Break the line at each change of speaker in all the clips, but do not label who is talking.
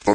For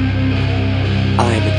I am a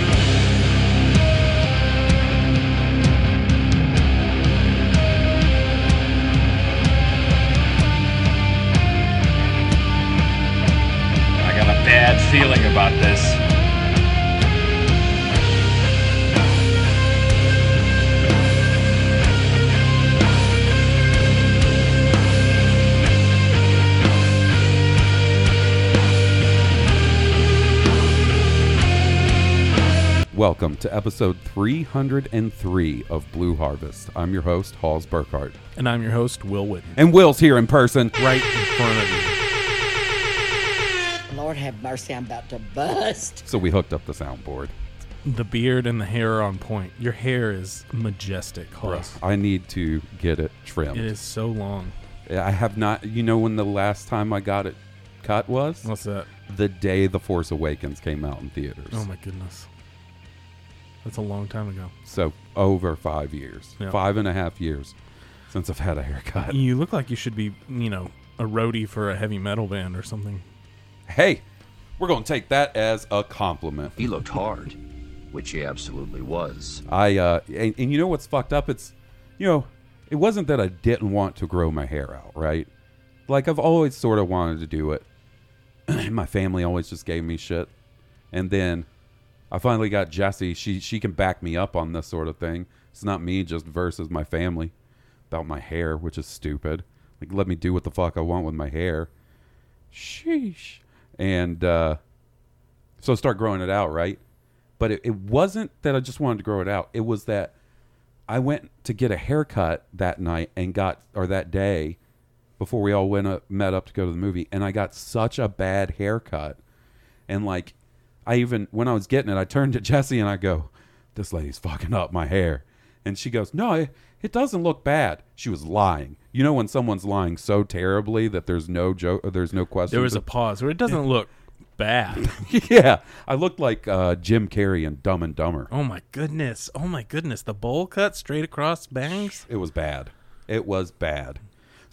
I got a bad feeling about this.
Welcome to episode 303 of Blue Harvest. I'm your host, Halls Burkhart.
And I'm your host, Will Witten,
And Will's here in person.
right in front of you.
Lord have mercy, I'm about to bust.
So we hooked up the soundboard.
The beard and the hair are on point. Your hair is majestic, Hoss.
I need to get it trimmed.
It is so long.
I have not, you know, when the last time I got it cut was?
What's that?
The day The Force Awakens came out in theaters.
Oh my goodness. That's a long time ago.
So over five years,
Yeah.
five and a half years since I've had a haircut.
You look like you should be, you know, a roadie for a heavy metal band or something.
Hey, we're going to take that as a compliment.
He looked hard, which he absolutely was.
I uh, and, and you know what's fucked up? It's you know, it wasn't that I didn't want to grow my hair out, right? Like I've always sort of wanted to do it. my family always just gave me shit, and then I finally got Jessie. She she can back me up on this sort of thing. It's not me just versus my family about my hair, which is stupid. Like let me do what the fuck I want with my hair. Sheesh. And uh, so start growing it out, right? But it, it wasn't that I just wanted to grow it out. It was that I went to get a haircut that night and got, or that day before we all went up, met up to go to the movie, and I got such a bad haircut. And like, I even, when I was getting it, I turned to Jesse and I go, This lady's fucking up my hair. And she goes, No, it, it doesn't look bad. She was lying. You know when someone's lying so terribly that there's no joke, there's no question.
There was a pause where it doesn't look bad.
yeah, I looked like uh, Jim Carrey in Dumb and Dumber.
Oh my goodness. Oh my goodness. The bowl cut straight across bangs.
It was bad. It was bad.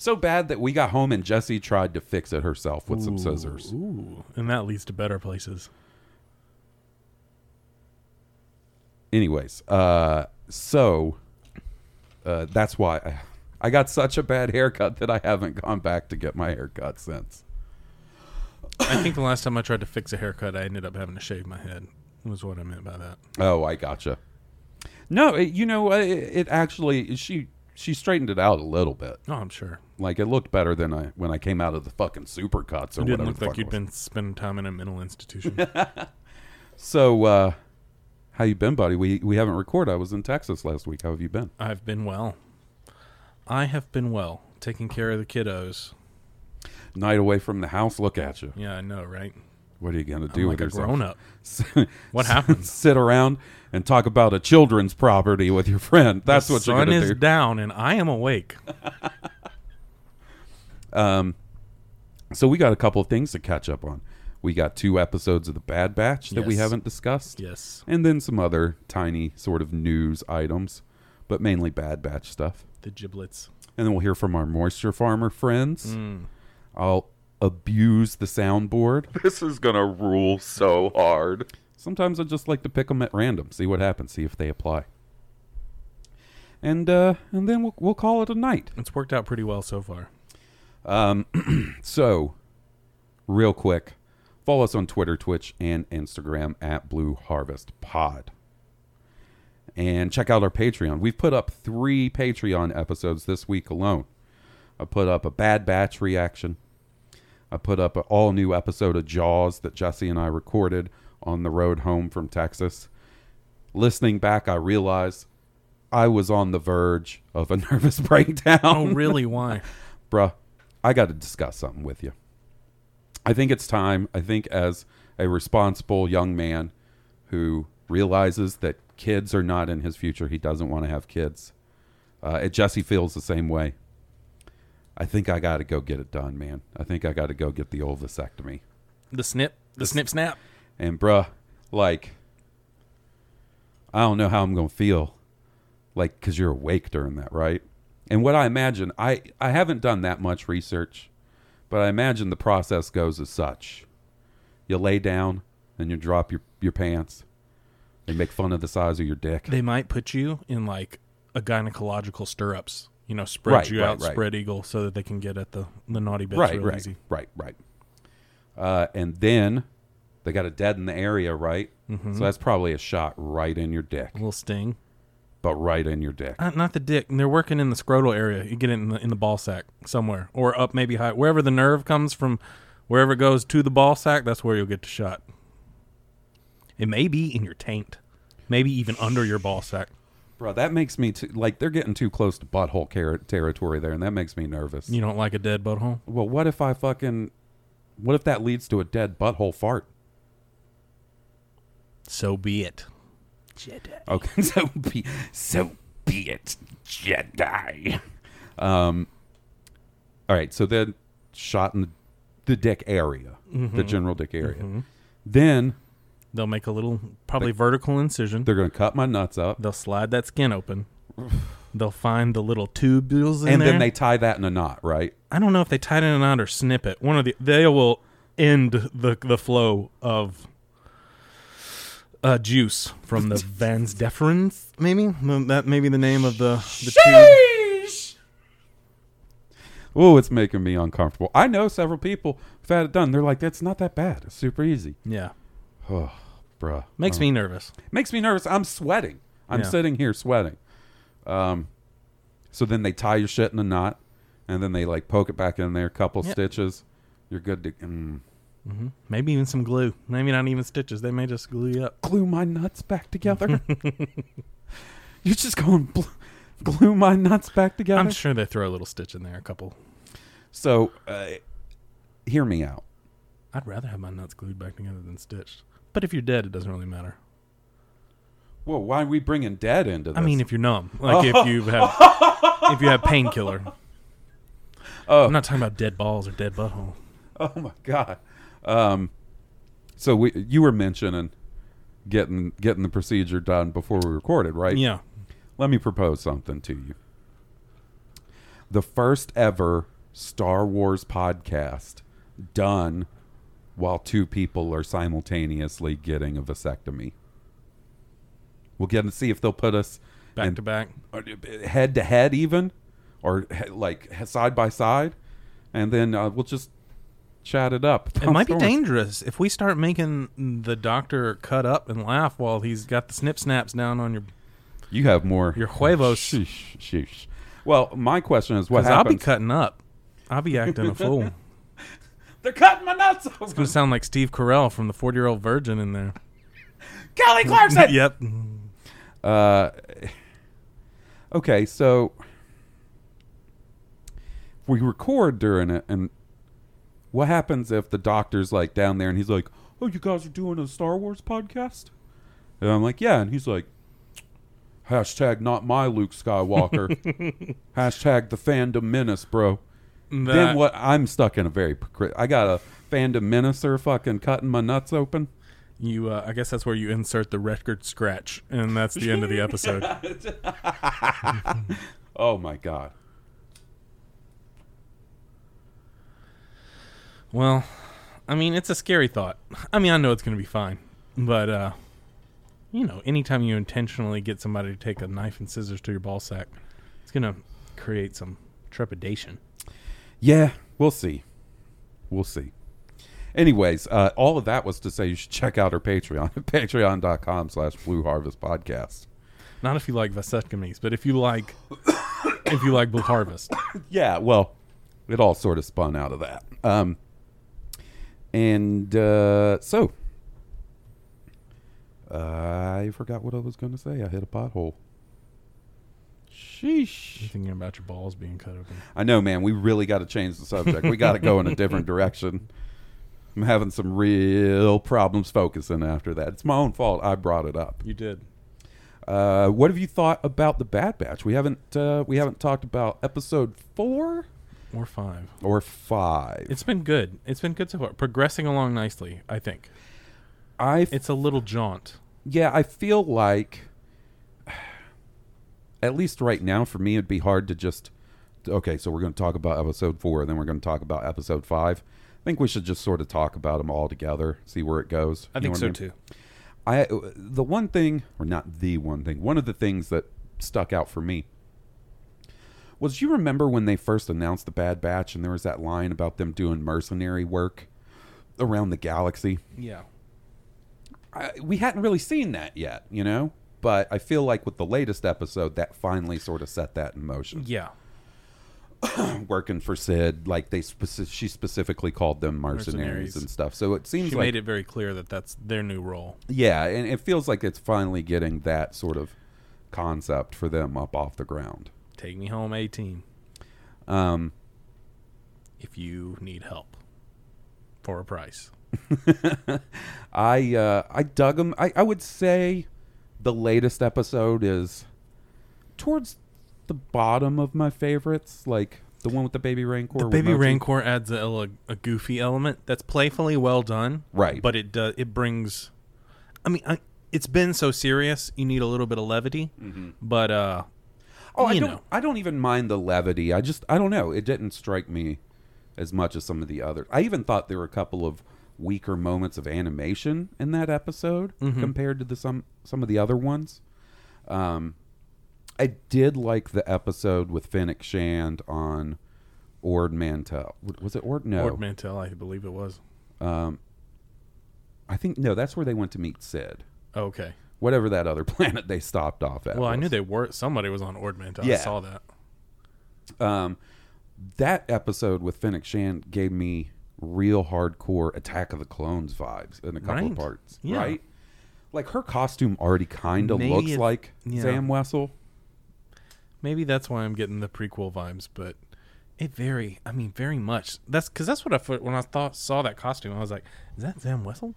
So bad that we got home and Jessie tried to fix it herself with some scissors.
Ooh. And that leads to better places.
Anyways, uh, so uh, that's why I, I got such a bad haircut that I haven't gone back to get my haircut since.
I think the last time I tried to fix a haircut, I ended up having to shave my head. Was what I meant by that.
Oh, I gotcha. No, it, you know, it, it actually she she straightened it out a little bit.
Oh, I'm sure.
Like it looked better than I when I came out of the fucking supercuts or whatever.
It didn't look
the
like
fuck it
you'd
was.
been spending time in a mental institution.
So, uh, how you been, buddy? We we haven't recorded. I was in Texas last week. How have you been?
I've been well. I have been well, taking care of the kiddos.
Night away from the house. Look at you.
Yeah, I know, right?
What are you gonna
I'm
do
like
with
a
yourself?
grown up. What
S-
happened?
Sit around and talk about a children's property with your friend. That's what you're
sun
gonna
is
do.
down, and I am awake.
so we got a couple of things to catch up on. We got two episodes of the Bad Batch that we
Yes.
haven't discussed.
yes,
And then some other tiny sort of news items, but mainly Bad Batch stuff.
the giblets.
and then we'll hear from our moisture farmer friends. I'll abuse the soundboard. This is gonna rule so hard. Sometimes I just like to pick them at random, see what happens, see if they apply, and uh, and then we'll we'll call it a night.
It's worked out pretty well so far.
So, real quick, Follow us on Twitter, Twitch, and Instagram at Blue Harvest Pod. And check out our Patreon. We've put up three Patreon episodes this week alone. I put up a Bad Batch reaction. I put up an all new episode of Jaws that Jesse and I recorded on the road home from Texas. Listening back, I realized I was on the verge of a nervous breakdown.
Oh, really? Why?
Bruh, I got to discuss something with you. I think it's time. I think as a responsible young man who realizes that kids are not in his future, he doesn't want to have kids. Uh, and Jesse feels the same way. I think I got to go get it done, man. I think I got to go get the old vasectomy.
The snip, the snip, snap.
And bruh, like, I don't know how I'm gonna feel, like, cause you're awake during that, right? And what I imagine, I I haven't done that much research, but I imagine the process goes as such: you lay down, and you drop your your pants. They make fun of the size of your dick.
They might put you in like a gynecological stirrups. You know, spread
Right,
you
right,
out,
right.
spread eagle, so that they can get at the the naughty bits
right,
real
right,
easy.
right, right. Uh, and then they got a dead in the area, right?
Mm-hmm.
So that's probably a shot right in your dick,
A little sting.
but right in your dick.
Not, not the dick. And they're working in the scrotal area. You get it in the, in the ball sack somewhere, or up maybe high, wherever the nerve comes from, wherever it goes to the ball sack. That's where you'll get the shot. It may be in your taint, maybe even under your ball sack.
Bro, that makes me too, like they're getting too close to butthole car- territory there, and that makes me nervous.
You don't like a dead butthole?
well, what if I fucking, what if that leads to a dead butthole fart?
So be it.
Okay, so be so be it, Jedi. Um, all right, so then shot in the, the dick area,
Mm-hmm.
the general dick area. Then
They'll make a little, probably vertical incision.
they're gonna cut my nuts up,
They'll slide that skin open. They'll find the little tubules in
and
there.
then they tie that in a knot, right?
I don't know if they tie it in a knot or snip it. One of the they will end the the flow of uh, juice from the Vans deferens. Maybe M- that may be the name of the the tube.
Oh, it's making me uncomfortable. I know several people who've had it done. They're like, "That's not that bad. It's super easy."
Yeah,
Bruh.
makes me nervous.
makes me nervous. I'm sweating. I'm
Yeah.
sitting here sweating. Um, so then they tie your shit in a knot, and then they like poke it back in there, couple
Yeah.
stitches. You're good to mm,
Maybe even some glue. Maybe not even stitches. They may just glue you up.
glue my nuts back together. You're just going bl- glue my nuts back together.
I'm sure they throw a little stitch in there. A couple.
so, uh, hear me out.
I'd rather have my nuts glued back together than stitched. But if you're dead, it doesn't really matter.
Well, why are we bringing dead into this?
I mean, if you're numb, like if you have if you have painkiller.
Oh.
I'm not talking about dead balls or dead butthole.
Oh my god. Um, so we you were mentioning getting getting the procedure done before we recorded, right?
Yeah,
Let me propose something to you. The first ever Star Wars podcast done while two people are simultaneously getting a vasectomy. We'll get to see if they'll put us
back
in-
to back.
or, uh, head to head even or he- like he- side by side and then uh, we'll just chat it up
It might be dangerous if we start making the doctor cut up and laugh while he's got the snip snaps down on your.
you have more
Your huevos.
sheesh, sheesh. well my question is what
Because I'll be
happens
cutting up. I'll be acting a fool.
they're cutting my nuts off.
Gonna sound like Steve Carell from the Forty Year Old Virgin in there.
Kelly Clarkson
yep.
okay so we record during it and what happens if the doctor's like down there and he's like oh you guys are doing a star wars podcast and i'm like yeah and he's like hashtag not my luke skywalker hashtag the fandom menace bro
That-
then what i'm stuck in a very precri- i got a fandom menacer fucking cutting my nuts open
You, uh, I guess that's where you insert the record scratch, and that's the end of the episode.
oh my god
Well, I mean, it's a scary thought. I mean, I know it's going to be fine, but uh, you know, anytime you intentionally get somebody to take a knife and scissors to your ball sack, it's going to create some trepidation.
Yeah, we'll see. We'll see. Anyways, uh, all of that was to say you should check out our Patreon, patreon.com slash Blue Harvest Podcast.
Not if you like vasectomies, but if you like if you like Blue Harvest.
Yeah, well, it all sort of spun out of that. Um, and uh, so, I forgot what I was going to say. I hit a pothole. Sheesh.
Thinking about your balls being cut open.
I know, man. We really got to change the subject. We got to go in a different direction. I'm having some real problems focusing after that. It's my own fault. I brought it up.
You did.
Uh, what have you thought about the Bad Batch? We haven't uh, we haven't talked about episode four
Or five.
or five.
It's been good. It's been good so far. Progressing along nicely, I think.
I f-
It's a little jaunt.
yeah, I feel like at least right now for me it'd be hard to just okay, so we're going to talk about episode 4 then we're going to talk about episode 5. I think we should just sort of talk about them all together, see where it goes.
I
You
think
know
so
what mean?
too.
I uh, the one thing or not the one thing, one of the things that stuck out for me was you remember when they first announced the Bad Batch and there was that line about them doing mercenary work around the galaxy?
Yeah.
I, we hadn't really seen that yet, you know? But I feel like with the latest episode, that finally sort of set that in motion.
Yeah.
Working for Sid, like they speci- she specifically called them mercenaries,
Mercenaries.
and stuff. So it seems
She
like
made it very clear that that's their new role.
Yeah, and it feels like it's finally getting that sort of concept for them up off the ground.
Take me home, 18.
Um,
If you need help for a price.
I uh, I dug them. I, I would say the latest episode is towards the bottom of my favorites, like the one with the baby Rancor. with
Baby
Mochi.
Rancor adds a, a, a goofy element that's playfully well done,
Right.
But it does it brings. I mean, I, it's been so serious. You need a little bit of levity,
Mm-hmm.
but uh,
Oh, I
you
don't.
know.
I don't even mind the levity. I just. I don't know. It didn't strike me as much as some of the others. I even thought there were a couple of weaker moments of animation in that episode
Mm-hmm.
compared to the some some of the other ones. Um, I did like the episode with Finnick Shand on Ord Mantell. W- Was it Ord? No,
Lord Mantell, I believe it was
I think no. That's where they went to meet Sid.
okay.
Whatever that other planet they stopped off at.
Well, I
was.
knew they were. Somebody was on Ord Mantell.
Yeah.
I saw that.
um, that episode with Fennec Shan gave me real hardcore Attack of the Clones vibes in a couple of
Right.
parts,
Yeah.
right? Like her costume already kind of
Maybe
looks
it-
like
yeah.
Sam Wessel.
Maybe that's why I'm getting the prequel vibes, but it very. I mean, very much. That's because that's what I fo- when I thought saw that costume, I was like, is that Sam Wessel?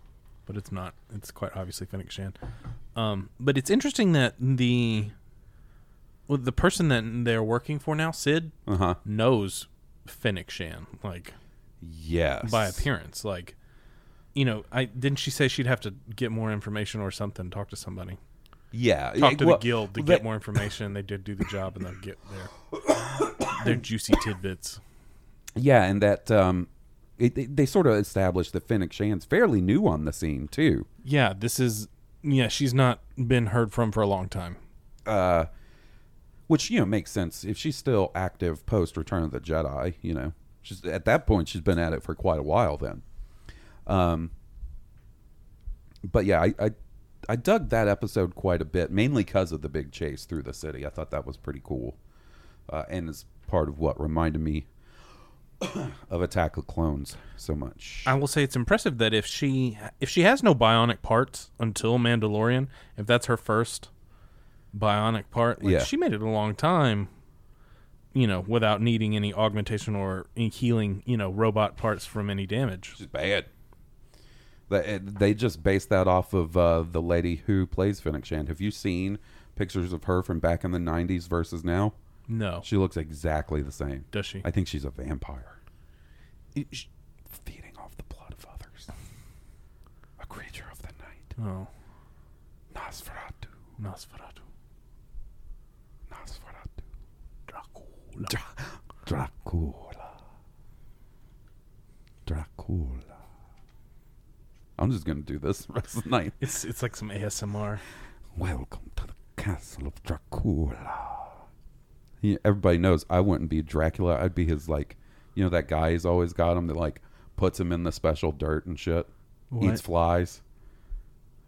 But it's not. It's quite obviously Fennec Shan. Um, but it's interesting that the well, the person that they're working for now, Sid,
Uh huh.
knows Fennec Shan like
Yes.
by appearance. Like, you know, I didn't she say she'd have to get more information or something, talk to somebody,
Yeah.
talk
Yeah,
to
well,
the guild to
that-
get more information. They did do the job, and they'll get their their juicy tidbits.
Yeah, and that um, it, they, they sort of established that Fennec Shan's fairly new on the scene too.
Yeah, this is yeah. She's not been heard from for a long time.
which you know makes sense if she's still active post Return of the Jedi. You know, she's at that point she's been at it for quite a while then. Um, but yeah, I I, I dug that episode quite a bit, mainly because of the big chase through the city. I thought that was pretty cool, uh, and is part of what reminded me of Attack of Clones so much.
I will say it's impressive that if she if she has no bionic parts until Mandalorian, if that's her first bionic part, like
Yeah.
she made it a long time, you know, without needing any augmentation or any healing, you know, robot parts from any damage.
She's bad. They, eh, they just based that off of uh, the lady who plays Fennec Shand. Have you seen pictures of her from back in the 90s versus now?
No,
She looks exactly the same.
does she?
I think she's a vampire. Feeding off the blood of others. A creature of the night.
oh,
Nosferatu.
Nosferatu,
Nosferatu. Dracula. Dracula. Dracula. I'm just going to do this the rest of the night.
it's it's like some ASMR.
Welcome to the castle of Dracula. He, everybody knows I wouldn't be Dracula. I'd be his like, you know, that guy he's always got him that like puts him in the special dirt and shit.
What?
Eats flies.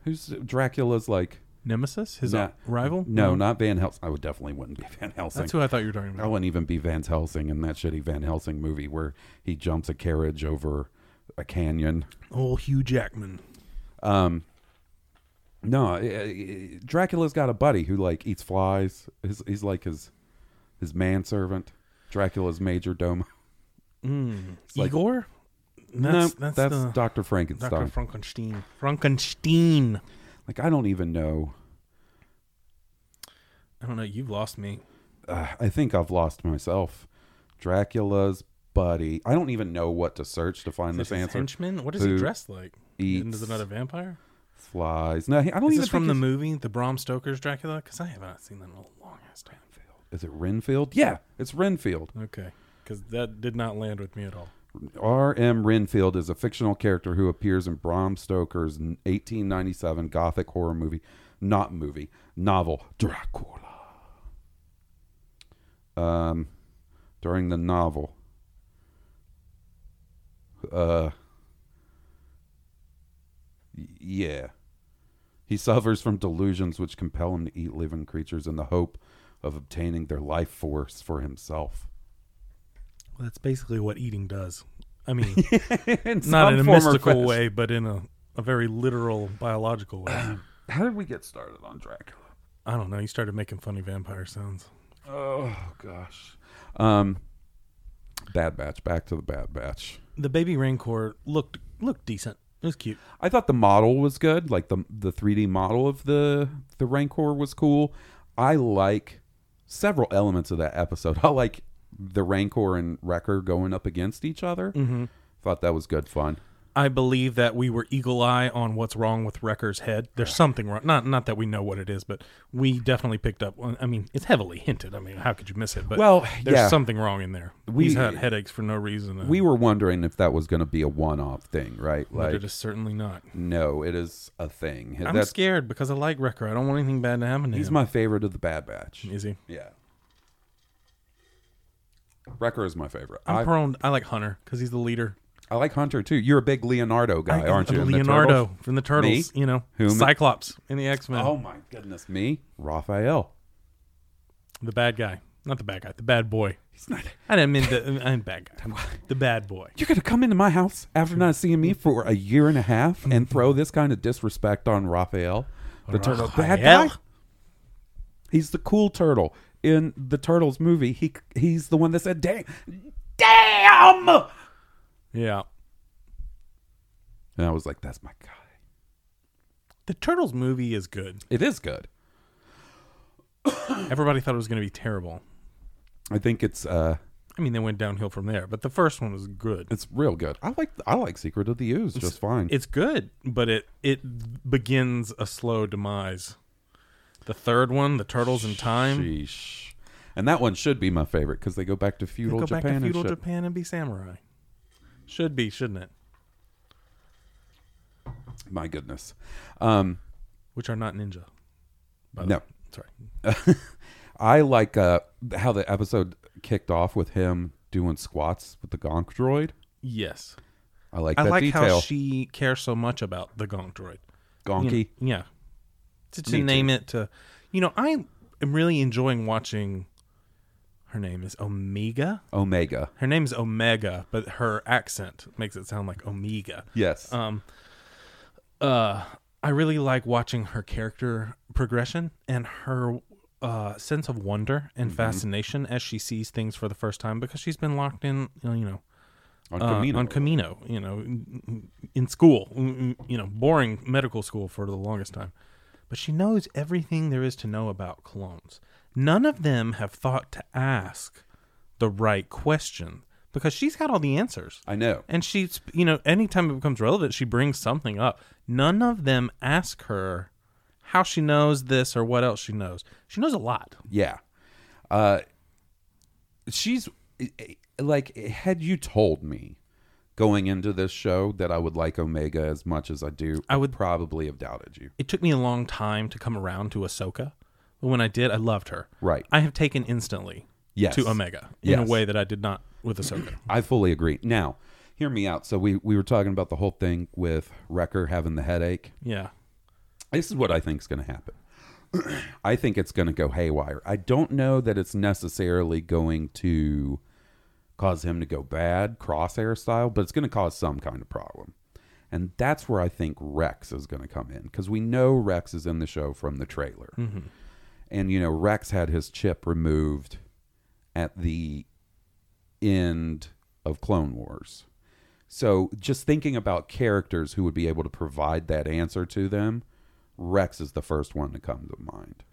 Who's Dracula's like?
Nemesis, his
nah-
rival.
No, not Van Helsing. I would definitely wouldn't be Van Helsing.
that's who I thought you were talking
I
about.
wouldn't even be Van Helsing in that shitty Van Helsing movie where he jumps a carriage over a canyon.
Old Oh, Hugh Jackman.
No, eh, eh, Dracula's got a buddy who like eats flies. He's, he's like his his manservant. Dracula's major domo. like-
Igor.
No,
Hmm.
that's,
That's, the-
Doctor Frankenstein.
Dr. Frankenstein. Frankenstein.
like I don't even know.
I don't know. You've lost me.
Uh, I think I've lost myself. Dracula's buddy. I don't even know what to search to find this
Is this
answer.
henchman? What is
Who
he dressed like? And
eats-
is it another vampire?
Flies. No, he- I don't
Is
even
this from
think
the
it's-
movie, the Bram Stoker's Dracula? Because I haven't seen that in a long ass time.
Is it Renfield? Yeah, it's Renfield.
Okay, because that did not land with me at all.
R.M. Renfield is a fictional character who appears in Bram Stoker's 1897 gothic horror movie, not movie, novel, Dracula. Um, during the novel, uh, y- yeah. He suffers from delusions which compel him to eat living creatures in the hope of obtaining their life force for himself.
Well, that's basically what eating does. I mean,
In
not in a
some form or
mystical
fashion.
way, but in a, a very literal biological way.
How did we get started on Dracula?
I don't know. You started making funny vampire sounds.
Oh gosh. Um, Bad Batch. Back to the Bad Batch.
The baby rancor looked looked decent. It was cute.
I thought the model was good. Like the the 3D model of the the Rancor was cool. I like several elements of that episode. I like the Rancor and Wrecker going up against each other. Mm-hmm. Thought that was good fun.
I believe that we were eagle eye on what's wrong with Wrecker's head. There's something wrong. Not not that we know what it is, but we definitely picked up. I mean, it's heavily hinted. I mean, how could you miss it? But
Well,
there's
yeah.
something wrong in there.
We-
He's had headaches for no reason. and-
We were wondering if that was going to be a one off thing, right?
but
Like,
it is certainly not.
no, it is a thing.
I'm
That's-
scared because I like Wrecker. I don't want anything bad to happen to
He's
him.
my favorite of the Bad Batch.
Is he?
Yeah. Wrecker is my favorite.
I'm
I,
prone. I like Hunter because he's the leader.
I like Hunter too. You're a big Leonardo guy,
I-
aren't you? in the
Leonardo
Turtles?
from the Turtles.
Me?
You know,
Whom-
Cyclops in the X Men.
Oh my goodness, me, Raphael.
The bad guy, not the bad guy. The bad boy.
He's not.
I didn't mean the. I'm bad guy. The bad boy.
You're gonna come into my house after not seeing me for a year and a half
Mm-hmm.
and throw this kind of disrespect on Raphael, the turtle bad guy.
Raphael?
He's the cool turtle in the Turtles movie. He he's the one that said, "Damn, damn." And
Yeah.
I was like, "That's my guy."
The Turtles movie is good.
It is good.
Everybody thought it was going to be terrible.
I think it's uh,
I mean, they went downhill from there, but the first one was good.
it's real good. I like I like Secret of the Ooze just fine.
It's good, but it it begins a slow demise. The third one, the Turtles in Time,
Sheesh. And that one should be my favorite because they go back to feudal
go
Japan
back to
and
feudal
shit.
Japan and be samurai. Should be, shouldn't it?
My goodness. Um,
Which are not ninja. By the
No.
way. sorry.
I like uh, how the episode kicked off with him doing squats with the Gonk droid.
Yes,
I like
I
that
like
detail.
how she cares so much about the Gonk droid. You
Gonky.
know, yeah. To, to
Me too.
name it to, you know, I am really enjoying watching. Her name is Omega.
Omega.
Her name is Omega, but her accent makes it sound like Omega.
Yes.
Um. Uh, I really like watching her character progression and her uh, sense of wonder and
Mm-hmm.
fascination as she sees things for the first time because she's been locked in, you know, you know
on
uh,
Camino.
on Camino, you know, in- in school, you know, boring medical school for the longest time. But she knows everything there is to know about clones. None of them have thought to ask the right question because she's got all the answers.
I know.
And she's, you know, anytime it becomes relevant, she brings something up. None of them ask her how she knows this or what else she knows. She knows a lot.
Yeah. Uh, she's eh, like, had you told me going into this show that I would like Omega as much as I do, I would probably have doubted you.
it took me a long time to come around to Ahsoka, but when I did, I loved her.
Right.
I have taken instantly
Yes.
to Omega in
Yes.
a way that I did not with Ahsoka.
I fully agree. Now, hear me out. So we we were talking about the whole thing with Wrecker having the headache.
Yeah.
This is what I think is going to happen. I think it's going to go haywire. I don't know that it's necessarily going to cause him to go bad, crosshair style, but it's going to cause some kind of problem. And that's where I think Rex is going to come in because we know Rex is in the show from the trailer. And, you know, Rex had his chip removed at the end of Clone Wars. So just thinking about characters who would be able to provide that answer to them, Rex is the first one to come to mind.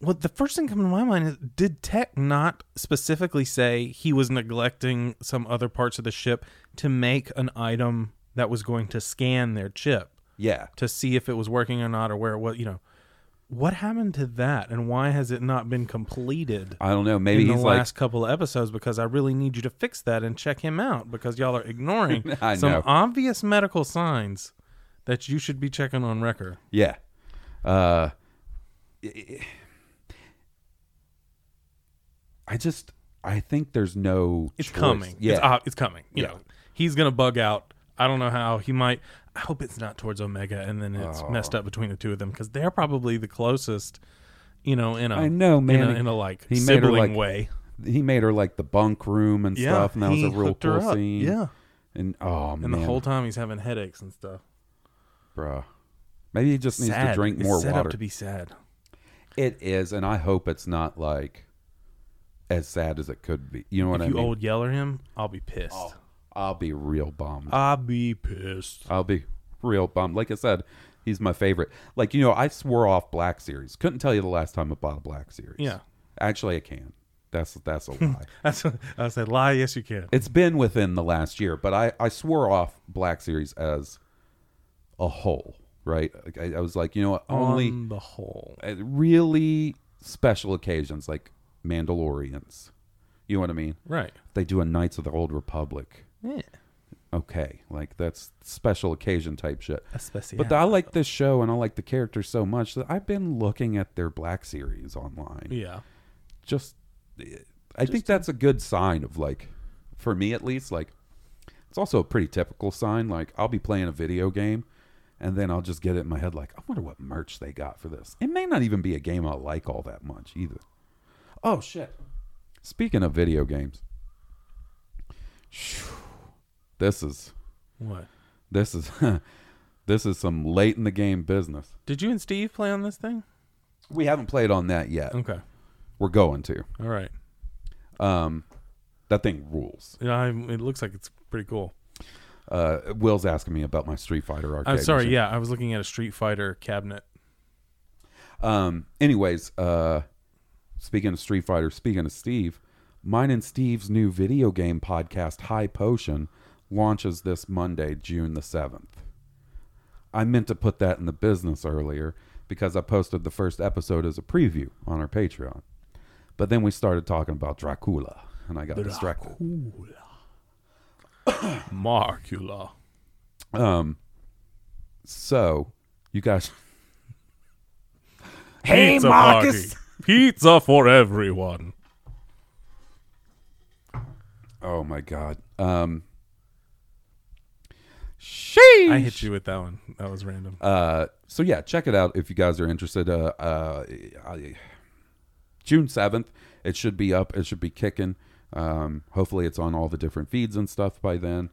Well, the first thing coming to my mind is did Tech not specifically say he was neglecting some other parts of the ship to make an item that was going to scan their chip
Yeah.
to see if it was working or not or where it was, you know? What happened to that and why has it not been completed?
I don't know. Maybe
in the
he's like,
last couple of episodes because I really need you to fix that and check him out because y'all are ignoring
I
some
know.
obvious medical signs that you should be checking on Wrecker.
yeah. Uh, I just, I think there's no.
It's
choice.
coming.
Yeah.
It's, ob- it's coming. You
Yeah.
know, he's gonna bug out. I don't know how he might. I hope it's not towards Omega, and then it's
Oh.
messed up between the two of them because they're probably the closest. You know, in a
I know,
in
man.
a, in a like
He made her,
sibling
like,
way.
he made her like the bunk room and
Yeah,
stuff, and that was
he
a real
hooked her
cool
up.
scene.
Yeah.
And oh man,
And the whole time he's having headaches and stuff.
bruh. Maybe he just needs to
Sad.
drink
It's
more
set
water.
Up to be sad.
It is, and I hope it's not like as sad as it could be. You know what
if
I
you
mean?
old yeller him, I'll be pissed.
I'll be real bummed.
Oh. I'll be pissed.
I'll be real bummed. Like I said, he's my favorite. Like you know, I swore off Black Series. Couldn't tell you the last time I bought a Black Series.
Yeah.
actually, I can. That's that's a lie.
That's what I said. Lie, yes you can.
it's been within the last year, but I, I swore off Black Series as a whole, right? Like, I, I was like, you know what? Only
On the whole.
at uh, really special occasions like Mandalorians. You know what I mean?
Right.
They do a Knights of the Old Republic.
Yeah.
Okay, like that's special occasion type shit.
Especially.
But I like this show and I like the characters so much that I've been looking at their Black Series online.
yeah.
Just, I think that's a good sign of like, for me at least, like, it's also a pretty typical sign. Like, I'll be playing a video game and then I'll just get it in my head, like, I wonder what merch they got for this. It may not even be a game I like all that much either. Oh, shit. Speaking of video games, phew, this is,
What?
this is, this is some late in the game business.
Did you and Steve play on this thing?
We haven't played on that yet.
Okay.
We're going to.
All right.
That thing rules.
Yeah, I, it looks like it's pretty cool.
Uh, Will's asking me about my Street Fighter arcade.
I'm sorry.
machine.
Yeah, I was looking at a Street Fighter cabinet.
Um. Anyways, uh, speaking of Street Fighter, speaking of Steve, mine and Steve's new video game podcast, High Potion, launches this Monday, June the seventh. I meant to put that in the business earlier because I posted the first episode as a preview on our Patreon, but then we started talking about Dracula, and I got distracted.
Marcula.
Um, so you guys,
Hey, Pizza Marcus. Pizza for everyone.
oh my god, um,
I hit you with that one. That was random.
uh, so yeah, check it out if you guys are interested. Uh, uh, I, June seventh, it should be up. It should be kicking. Um, hopefully, it's on all the different feeds and stuff by then.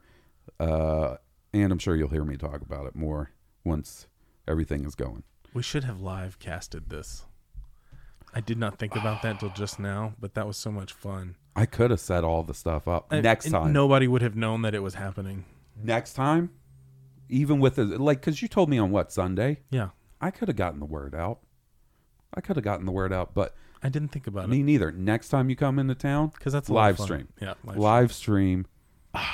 Uh, and I'm sure you'll hear me talk about it more once everything is going.
we should have live casted this. I did not think about that till just now, but that was so much fun.
I could have set all the stuff up
I-
Uh, next
and
time.
Nobody would have known that it was happening.
next time, even with the like, because you told me on what Sunday.
Yeah.
I could have gotten the word out. I could have gotten the word out, but
I didn't think about
me
it.
neither. Next time you come into town,
'Cause that's a lot
live
of fun.
stream.
Yeah, live
live,
stream.
stream.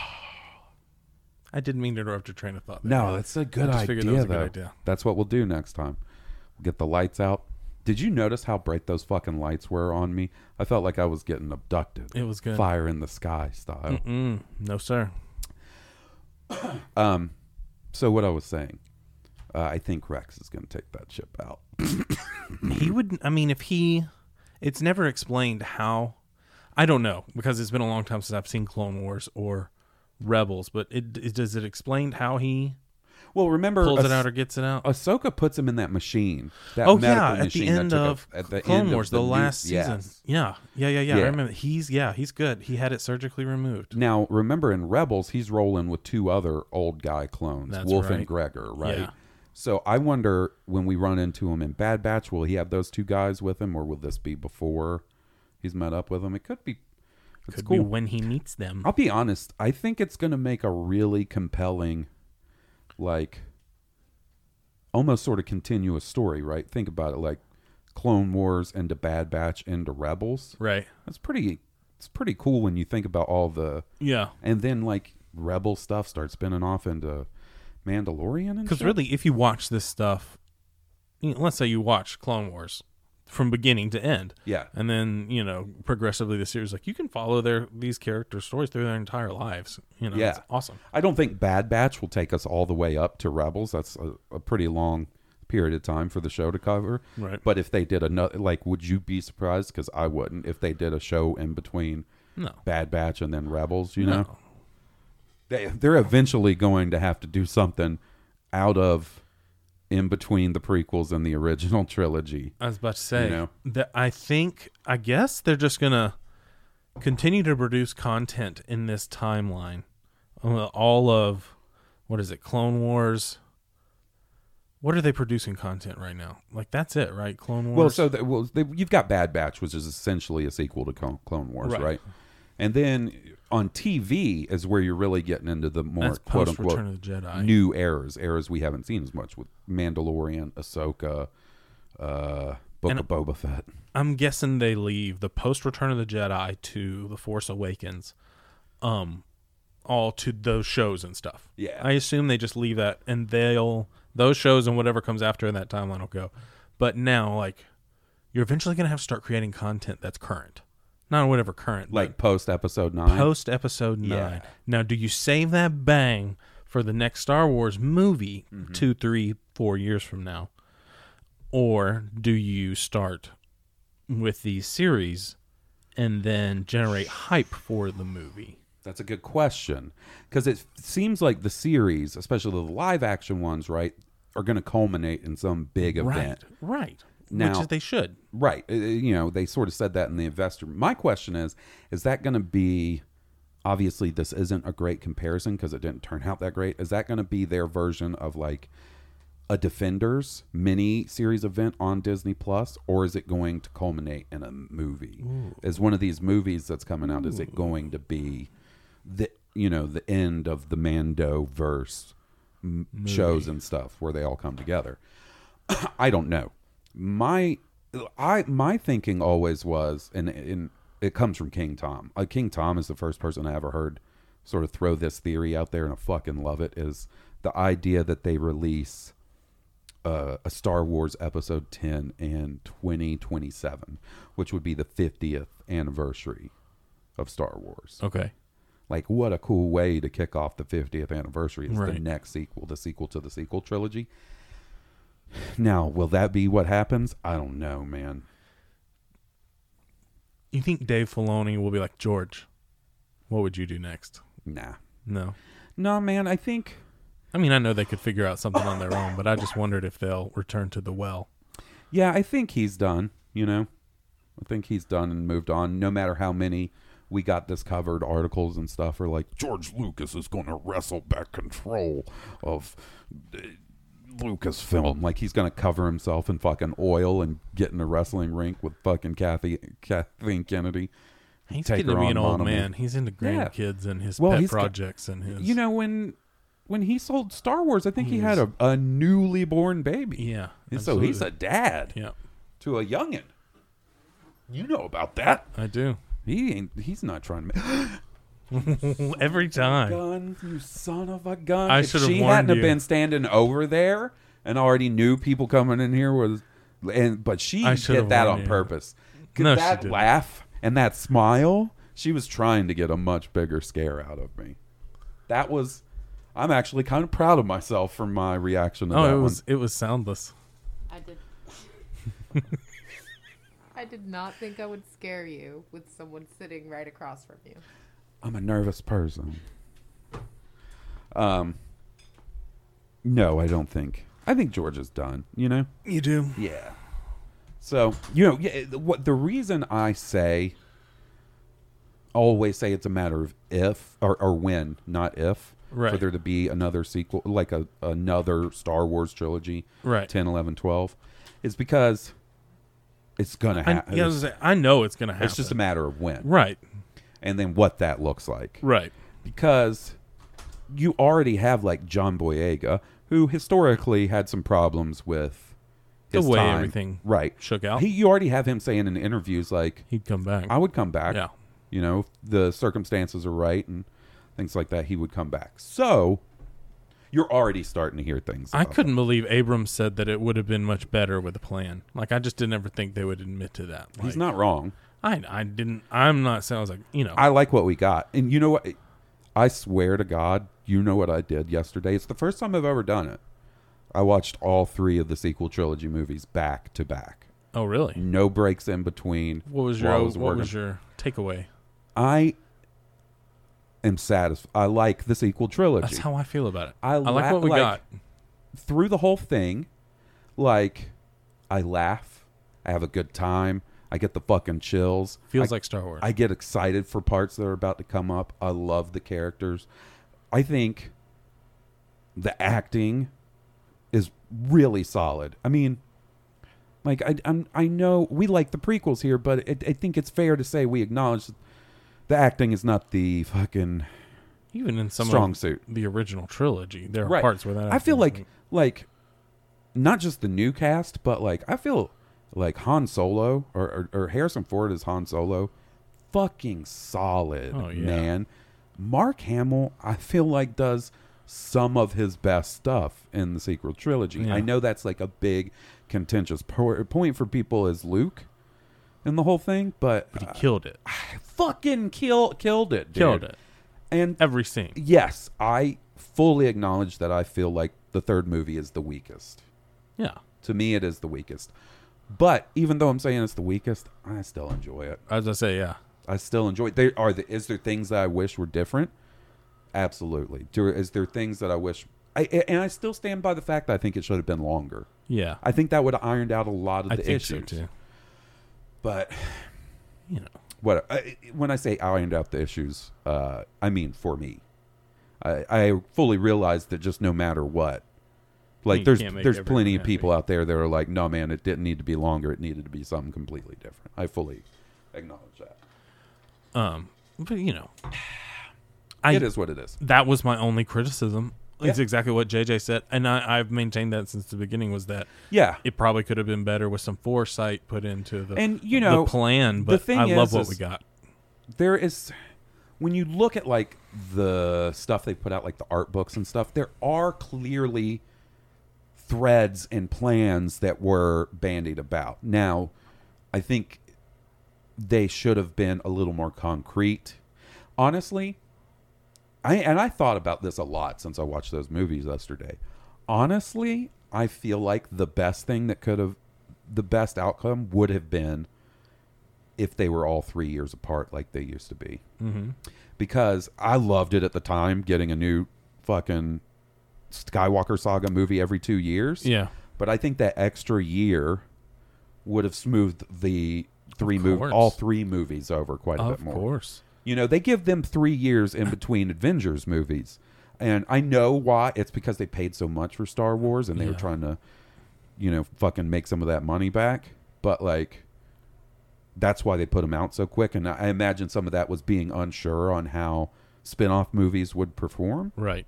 I didn't mean to interrupt your train of thought. there.
No, that's a good
I just
idea.
figured that was a good
though.
idea.
That's what we'll do next time. We'll get the lights out. Did you notice how bright those fucking lights were on me? I felt like I was getting abducted.
It was good.
Fire in the sky style.
Mm, no, sir.
So what I was saying, uh, I think Rex is going to take that ship out.
He would. I mean, if he, it's never explained how. I don't know because it's been a long time since I've seen Clone Wars or rebels, but it, it does it explain how he
Well, remember,
pulls it
Ahs-
out or gets it out?
Ahsoka puts him in that machine. That
oh
medical
yeah, at the
machine that
end
took a-
of
at the
Clone
end of
Wars, the,
new-
last
yes.
season. Yeah. yeah, yeah, yeah,
Yeah.
I remember. He's yeah, he's good. He had it surgically removed.
Now, remember in Rebels, he's rolling with two other old guy clones,
That's
Wolf
right.
and Gregor, right?
Yeah.
So I wonder when we run into him in Bad Batch, will he have those two guys with him, or will this be before he's met up with him? It could be. It's
Could
cool. Oh.
be when he meets them.
I'll be honest. I think it's going to make a really compelling, like, almost sort of continuous story, right? Think about it, like Clone Wars into Bad Batch into Rebels.
Right.
That's pretty. It's pretty cool when you think about all the
Yeah.
and then like rebel stuff starts spinning off into Mandalorian and
Because
shit.
really, if you watch this stuff, you know, let's say you watch Clone Wars from beginning to end,
Yeah.
and then you know progressively the series, like you can follow their these character stories through their entire lives. You know, it's
Yeah.
awesome.
I don't think Bad Batch will take us all the way up to Rebels. That's a, a pretty long period of time for the show to cover.
Right.
But if they did another, like, would you be surprised? Because I wouldn't. If they did a show in between
No.
Bad Batch and then Rebels, you know, they they're eventually going to have to do something out of in between the prequels and the original trilogy.
I was about to say
You know?
that I think I guess they're just gonna continue to produce content in this timeline. Uh, All of what is it? Clone Wars. What are they producing content right now? Like that's it, right? Clone Wars.
Well, so that, well, they, you've got Bad Batch, which is essentially a sequel to Clone Clone Wars,
Right.
right. And then on TV is where you're really getting into the more
That's
quote
post Return
unquote
of the Jedi.
new eras, eras we haven't seen as much with Mandalorian, Ahsoka, uh, Book
And-
of Boba Fett.
I'm guessing they leave the post Return of the Jedi to the Force Awakens, um, all to those shows and stuff.
Yeah.
I assume they just leave that, and they'll those shows and whatever comes after in that timeline will go. But now, like, you're eventually gonna have to start creating content that's current, not whatever current, but
Like post episode nine,
post episode nine.
Yeah.
Now, do you save that bang for the next Star Wars movie two, three, four years from now? Or do you start with these series and then generate hype for the movie?
That's a good question because it seems like the series, especially the live action ones, right, are going to culminate in some big event.
Right. Which
Now-
is they should.
Right. Uh, uh, You know, they sort of said that in the investor. My question is, is that going to be obviously this isn't a great comparison because it didn't turn out that great. Is that going to be their version of like a Defenders mini series event on Disney Plus or is it going to culminate in a movie? Is one of these movies that's coming out is it going to be the you know, the end of the Mando verse m- shows and stuff where they all come together? I don't know. My I my thinking always was, and, and it comes from King Tom. Uh, King Tom is the first person I ever heard sort of throw this theory out there, and I fucking love it. Is the idea that they release uh, a Star Wars Episode ten in twenty twenty seven, which would be the fiftieth anniversary of Star Wars.
Okay.
Like, what a cool way to kick off the 50th anniversary is the
Right.
next sequel, the sequel to the sequel trilogy. Now, will that be what happens? I don't know, man.
You think Dave Filoni will be like, George, what would you do next?
Nah.
No.
No, man, I think
I mean, I know they could figure out something on their own, but I just wondered if they'll return to the well.
yeah, I think he's done, you know. I think he's done and moved on, no matter how many we got this covered articles and stuff are like
George Lucas is going to wrestle back control
of uh, Lucasfilm. Like he's gonna cover himself in fucking oil and get in a wrestling rink with fucking Kathy Kathleen Kennedy.
He's
Take
getting to
her
be
on
an old
Monomoy.
man. He's into
Yeah.
grandkids and his
Well,
pet
he's got-
projects and his.
You know when when he sold Star Wars, I think he, had a, a newly born baby.
Yeah,
and so he's a dad
yeah,
to a youngin. You know about that?
I do
He ain't. He's not trying to. Make,
every time.
gun, you son of a gun!
I
if
should've
she
warned
hadn't have
you.
been standing over there and already knew people coming in here was, and but she
I should've
did that
warned
on
you.
purpose. 'Cause
No, she
that
didn't.
laugh and that smile, she was trying to get a much bigger scare out of me. That was. I'm actually kind of proud of myself for my reaction to
Oh,
that
it
one.
was it was soundless.
I did. I did not think I would scare you with someone sitting right across from you.
I'm a nervous person. Um, no, I don't think. I think George is done. You know.
You do.
Yeah. So you know, yeah, the- what the reason I say always say it's a matter of if or, or when, not if, for
Right.
there to be another sequel, like a another Star Wars trilogy,
Right.
10, 11, 12, is because it's gonna
I,
happen.
yeah, I, was gonna say, I know it's gonna happen.
it's just a matter of when,
right,
and then what that looks like,
right,
because you already have like John Boyega, who historically had some problems with
The
his
way
time.
everything
right
shook out.
He, you already have him saying in interviews like,
He'd come back.
"I would come back."
Yeah.
you know, if the circumstances are right and things like that. He would come back. So you're already starting to hear things.
I
about
couldn't believe Abrams said that it would have been much better with a plan. Like I just didn't ever think they would admit to that.
that. He's
Like,
not wrong.
I I didn't. I'm not saying I was like you know.
I like what we got, and you know what? I swear to God, you know what I did yesterday. It's the first time I've ever done it. I watched all three of the sequel trilogy movies back to back.
oh really?
No breaks in between.
What was
while I
your
was
what
working.
was your takeaway?
I am satisfied. I like the sequel trilogy.
That's how I feel about it.
I
I like
la-
what we
like-
got.
through the whole thing, like I laugh, I have a good time, I get the fucking chills.
Feels
I-
like Star Wars.
I get excited for parts that are about to come up. I love the characters. I think the acting is really solid. I mean, like I I'm, I know we like the prequels here, but it, I think it's fair to say we acknowledge the acting is not the fucking
Even in some
strong
of
suit.
the original trilogy, there are parts where that
I feel
happens.
like like not just the new cast, but like I feel like Han Solo or or, or Harrison Ford as Han Solo, fucking solid
Oh, yeah.
man. Mark Hamill, I feel like does some of his best stuff in the sequel trilogy.
Yeah.
I know that's like a big contentious po- point for people is Luke in the whole thing, but
he killed it.
I fucking kill killed it, dude.
Killed it.
and
Every scene.
yes, I fully acknowledge that I feel like the third movie is the weakest.
Yeah.
To me, it is the weakest. But even though I'm saying it's the weakest, I still enjoy it.
As I say, yeah.
I still enjoy it. There are the, is there things that I wish were different? Absolutely. Do, is there things that I wish? I, a- and I still stand by the fact that I think it should have been longer.
Yeah.
I think that would have ironed out a lot of
I
the
think so
issues.
too.
But
You know.
what I, when I say ironed out the issues, uh, I mean for me. I, I fully realize that just no matter what, like
You
there's
can't make
there's
everyone
plenty of
happy.
people out there that are like, no man, it didn't need to be longer. It needed to be something completely different. I fully acknowledge that.
Um but you know. I
it is what it is.
that was my only criticism. It's
Yeah.
exactly what JJ said, and I, I've maintained that since the beginning. Was that
Yeah,
it probably could have been better with some foresight put into the
And, you know,
the plan.
the
But
thing
I love
is-
what
is-
we got.
there is when you look at like the stuff they put out like the art books and stuff there are clearly threads and plans that were bandied about now i think they should have been a little more concrete honestly i and i thought about this a lot since i watched those movies yesterday honestly i feel like the best thing that could have the best outcome would have been if they were all three years apart like they used to be. Mm-hmm. Because I loved it at the time, getting a new fucking Skywalker Saga movie every two years.
Yeah.
But I think that extra year would have smoothed the three mov-
course.
all three movies over quite a
Of
bit more.
course,
You know, they give them three years in between Avengers movies. And I know why. It's because they paid so much for Star Wars and they were
Yeah.
trying to, you know, fucking make some of that money back. But, like, that's why they put them out so quick. And I I imagine some of that was being unsure on how spin off movies would perform.
right?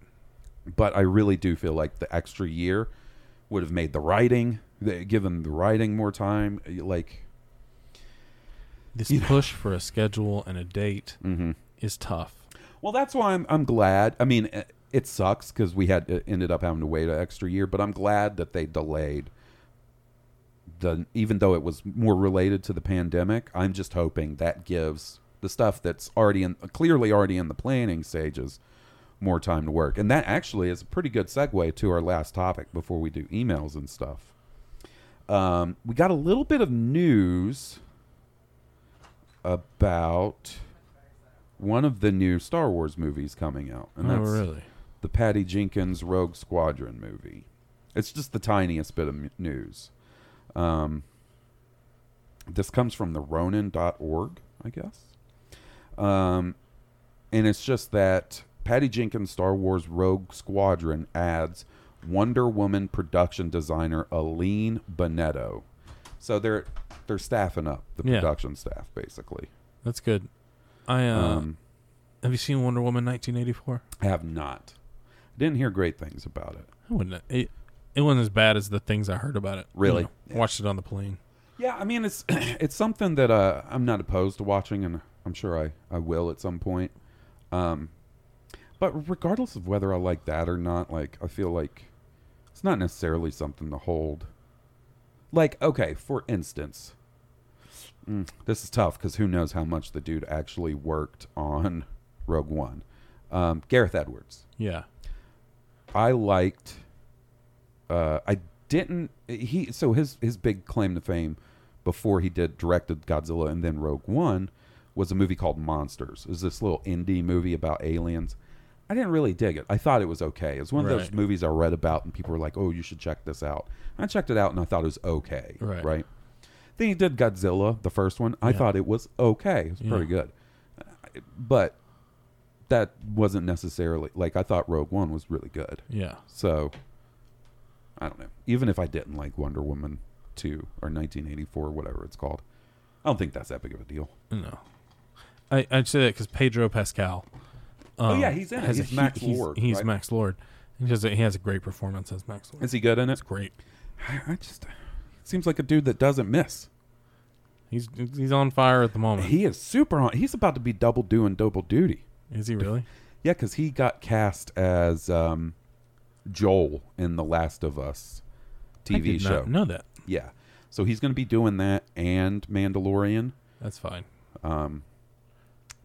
But I really do feel like the extra year would have made the writing, they- given the writing more time. Like,
This push for a schedule and a date
Mm-hmm.
is tough.
Well, that's why I'm I'm glad. I mean, eh, it sucks because we had eh, ended up having to wait an extra year, but I'm glad that they delayed. The even though it was more related to the pandemic, I'm just hoping that gives the stuff that's already in clearly already in the planning stages more time to work. And that actually is a pretty good segue to our last topic before we do emails and stuff. Um, we got a little bit of news about one of the new Star Wars movies coming out, and
oh,
that's
really?
the Patty Jenkins Rogue Squadron movie. It's just the tiniest bit of m- news. Um, this comes from the Ronin.org, I guess. Um, and it's just that Patty Jenkins' Star Wars Rogue Squadron adds Wonder Woman production designer Aline Bonetto. So they're they're staffing up the
Yeah.
production staff basically.
That's good. I uh,
Um,
have you seen Wonder Woman 1984?
I have not. Didn't hear great things about it.
I wouldn't. It, it wasn't as bad as the things I heard about it. you
Really?
know. Watched it on the plane.
Yeah, I mean it's it's something that uh, I'm not opposed to watching, and I'm sure I, I will at some point. Um, but regardless of whether I like that or not, like I feel like it's not necessarily something to hold. Like okay, for instance, mm, this is tough because who knows how much the dude actually worked on Rogue One. Um, Gareth Edwards.
Yeah.
I liked. Uh, I didn't. He so his his big claim to fame before he did directed Godzilla and then Rogue One was a movie called Monsters. It was this little indie movie about aliens. I didn't really dig it. I thought it was okay. It was one of those
Right.
movies I read about and people were like, "Oh, you should check this out." And I checked it out and I thought it was okay.
Right.
Right. Then he did Godzilla, the first one. I thought it was okay. It was pretty good. Uh, But that wasn't necessarily like I thought Rogue One was really good.
Yeah.
So I don't know. Even if I didn't like Wonder Woman 2 or 1984, whatever it's called, I don't think that's that big of a deal.
No. I, I'd say that because Pedro Pascal. um,
Oh, yeah, he's in it.
has a
He's
hu-
Max
he's-
Lord,
He's
right?
Max Lord. He has, a, he has a great performance as Max Lord.
Is he good in it?
It's great.
I I just seems like a dude that doesn't miss.
He's he's on fire at the moment.
He is super on. He's about to be double doing double duty.
Is he really?
Yeah, because he got cast as um, Joel in the Last of Us TV
I did
show.
Not know that.
Yeah, so he's going to be doing that and Mandalorian.
That's fine.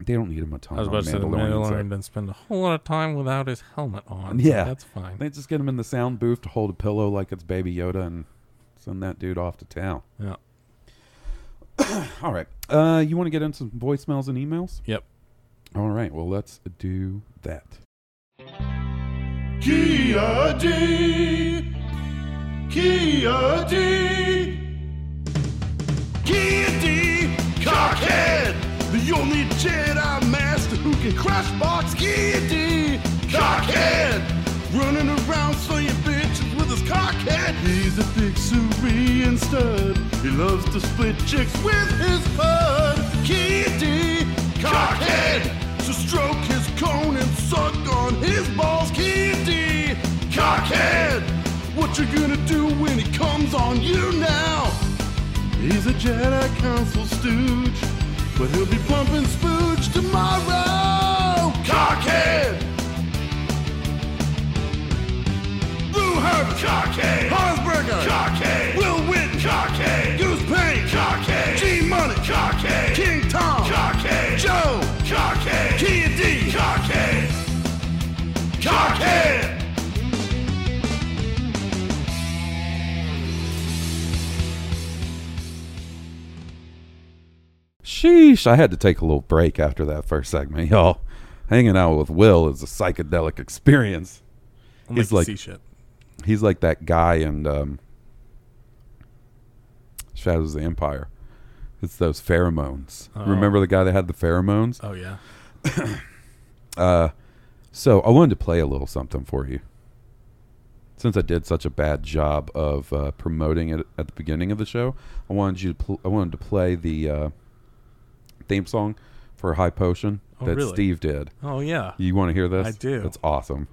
They don't need him a ton.
I was about
on
to say the
Mandalorian, so-
Mandalorian didn't spend a whole lot of time without his helmet on. so
Yeah,
that's fine.
They just get him in the sound booth to hold a pillow like it's Baby Yoda and send that dude off to town.
yeah.
All right. Uh, you want to get into some voicemails and emails?
Yep.
All right. Well, let's do that.
Kia D! Kia D! Kia D! Cockhead! The only Jedi Master who can crush box Kia D! Cockhead! Running around slaying bitches with his cockhead! He's a big Syrian stud. He loves to split chicks with his bud! Kia D! Cockhead! So stroke his cone and suck on his balls, Candy! Cockhead! What you gonna do when he comes on you now? He's a Jedi Council stooge, but he'll be pumping spooge tomorrow! Cockhead! Lou Herbert! Cockhead! Harsberger! Cockhead! Will Witten! Cockhead! Goose Payne! Cockhead! G Money! Cockhead! King Tom! Cockhead! Joe! Cockhead! Kia D! Cockhead! Cockhead!
Sheesh. I had to take a little break after that first segment, y'all. Hanging out with Will is a psychedelic experience.
I'll
He's
make you
like-
see shit.
He's like that guy in um, Shadows of the Empire. It's those pheromones. Remember the guy that had the pheromones?
Oh yeah.
So I wanted to play a little something for you. Since I did such a bad job of uh, promoting it at the beginning of the show, I wanted you to pl- I wanted to play the uh, theme song for High Potion
Oh,
that
really?
Steve did.
Oh yeah.
You want to hear this?
I do.
It's awesome.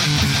Come on!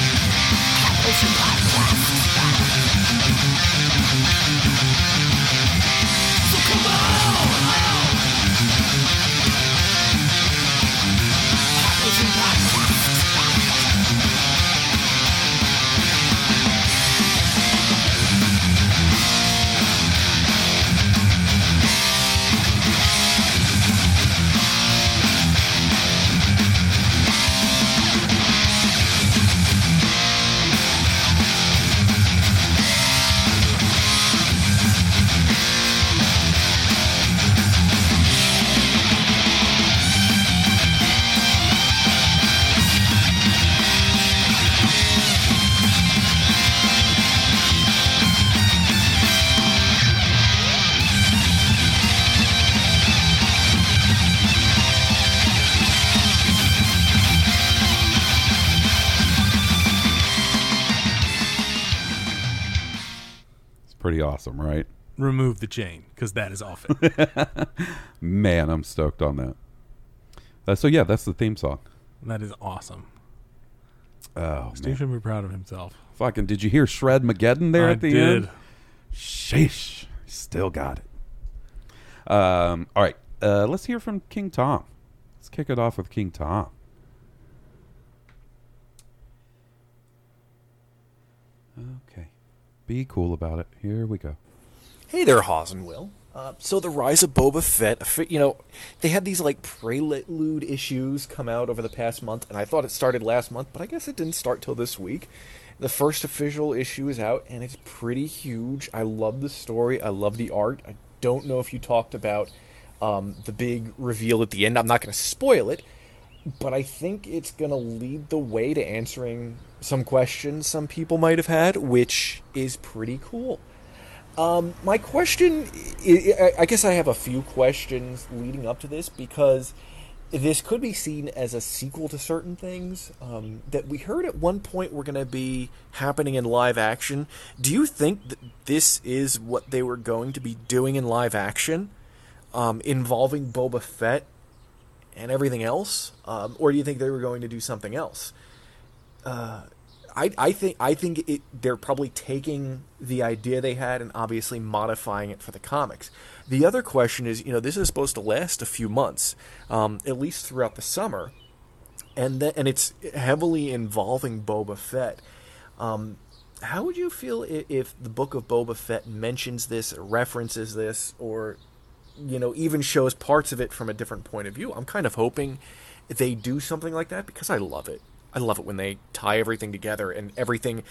Pretty awesome, right?
Remove the chain because that is often.
Man, I'm stoked on that. Uh, so yeah, that's the theme song.
that is awesome.
Oh,
Steve
man.
should be proud of himself.
fucking! Did you hear Shred Mageddon there
I
at the
did.
end? Sheesh! Still got it. Um. All right. Uh, let's hear from King Tom. Let's kick it off with King Tom. Okay. Be cool about it. Here we go.
Hey there, Hawes and Will. Uh, so the rise of Boba Fett, fi- you know, they had these like prelude issues come out over the past month, and I thought it started last month, but I guess it didn't start till this week. The first official issue is out, and it's pretty huge. I love the story. I love the art. I don't know if you talked about um, the big reveal at the end. I'm not going to spoil it, but I think it's going to lead the way to answering some questions some people might have had, which is pretty cool. Um, my question, I- I, I guess I have a few questions leading up to this because this could be seen as a sequel to certain things um, that we heard at one point were going to be happening in live action. Do you think that this is what they were going to be doing in live action um, involving Boba Fett and everything else, um, or do you think they were going to do something else? Uh, I, I think I think it, they're probably taking the idea they had and obviously modifying it for the comics. The other question is, you know, this is supposed to last a few months, um, at least throughout the summer, and th- and it's heavily involving Boba Fett. Um, how would you feel if, if the book of Boba Fett mentions this, references this, or you know, even shows parts of it from a different point of view. I'm kind of hoping they do something like that because I love it. I love it when they tie everything together and everything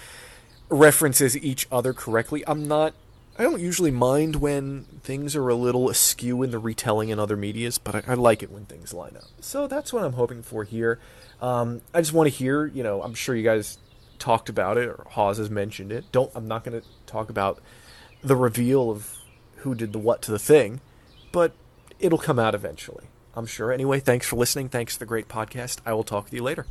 references each other correctly. I'm not I don't usually mind when things are a little askew in the retelling in other medias, but I, I like it when things line up. So that's what I'm hoping for here. Um, I just want to hear, you know, I'm sure you guys talked about it or Hawes has mentioned it. Don't I'm not going to talk about the reveal of who did the what to the thing, but it'll come out eventually. I'm sure. Anyway, thanks for listening. Thanks for the great podcast. I will talk to you later.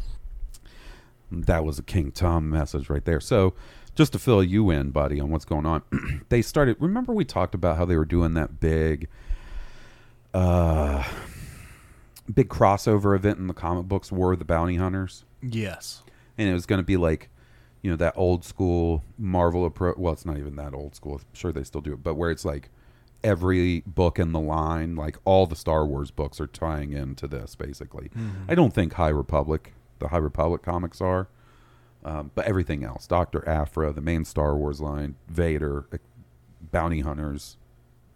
That was a King Tom message right there. So, just to fill you in, buddy, on what's going on, they started. Remember, we talked about how they were doing that big, uh, big crossover event in the comic books, War of the Bounty Hunters.
Yes.
and it was going to be like, you know, that old school Marvel approach. Well, it's not even that old school. I'm sure they still do it, but where it's like every book in the line, like all the Star Wars books are tying into this basically.
Mhm.
I don't think High Republic, the High Republic comics are, um, but everything else, Doctor Afra, the main Star Wars line, Vader, e- Bounty Hunters,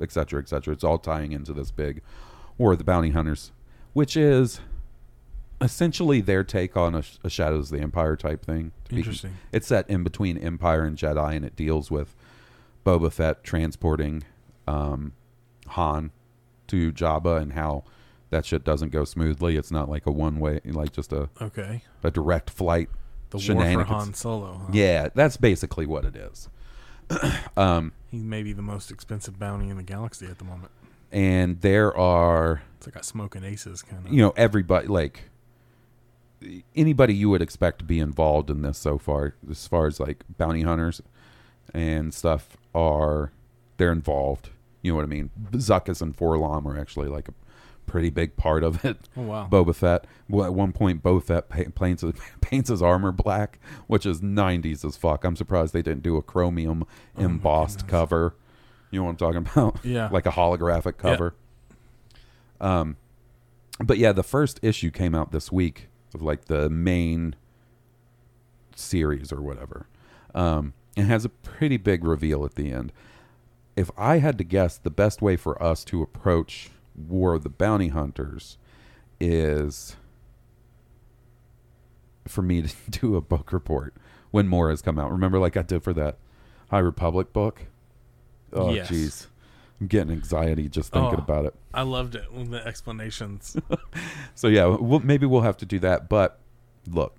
etc., cetera, etc. Cetera, it's all tying into this big War of the Bounty Hunters, which is essentially their take on a, a Shadows of the Empire type thing. to be-
Interesting.
it's set in between Empire and Jedi, and it deals with Boba Fett transporting um, Han to Jabba and how that shit doesn't go smoothly. It's not like a one way, like just a
Okay.
a direct flight.
The war for
shenanigans.
Han Solo, huh?
Yeah, that's basically what it is. um,
He's maybe the most expensive bounty in the galaxy at the moment.
and there are
It's like a smoking aces kind of.
you know everybody like anybody you would expect to be involved in this so far as far as like bounty hunters and stuff are they're involved you know what i mean zuckus and forlom are actually like a pretty big part of it
Oh, wow.
boba fett well at one point boba fett pa- paints his, paints his armor black which is 90s as fuck i'm surprised they didn't do a chromium embossed cover you know what i'm talking about
Oh Yeah.
like a holographic cover um, but yeah, the first issue came out this week of like the main series or whatever. Um, and has a pretty big reveal at the end. If I had to guess, the best way for us to approach War of the Bounty Hunters is for me to do a book report when more has come out. Remember, like I did for that High Republic book? Oh, jeez.
Yes.
I'm getting anxiety just thinking
Oh,
about it.
I loved it when the explanations.
So yeah, we'll, maybe we'll have to do that. But look,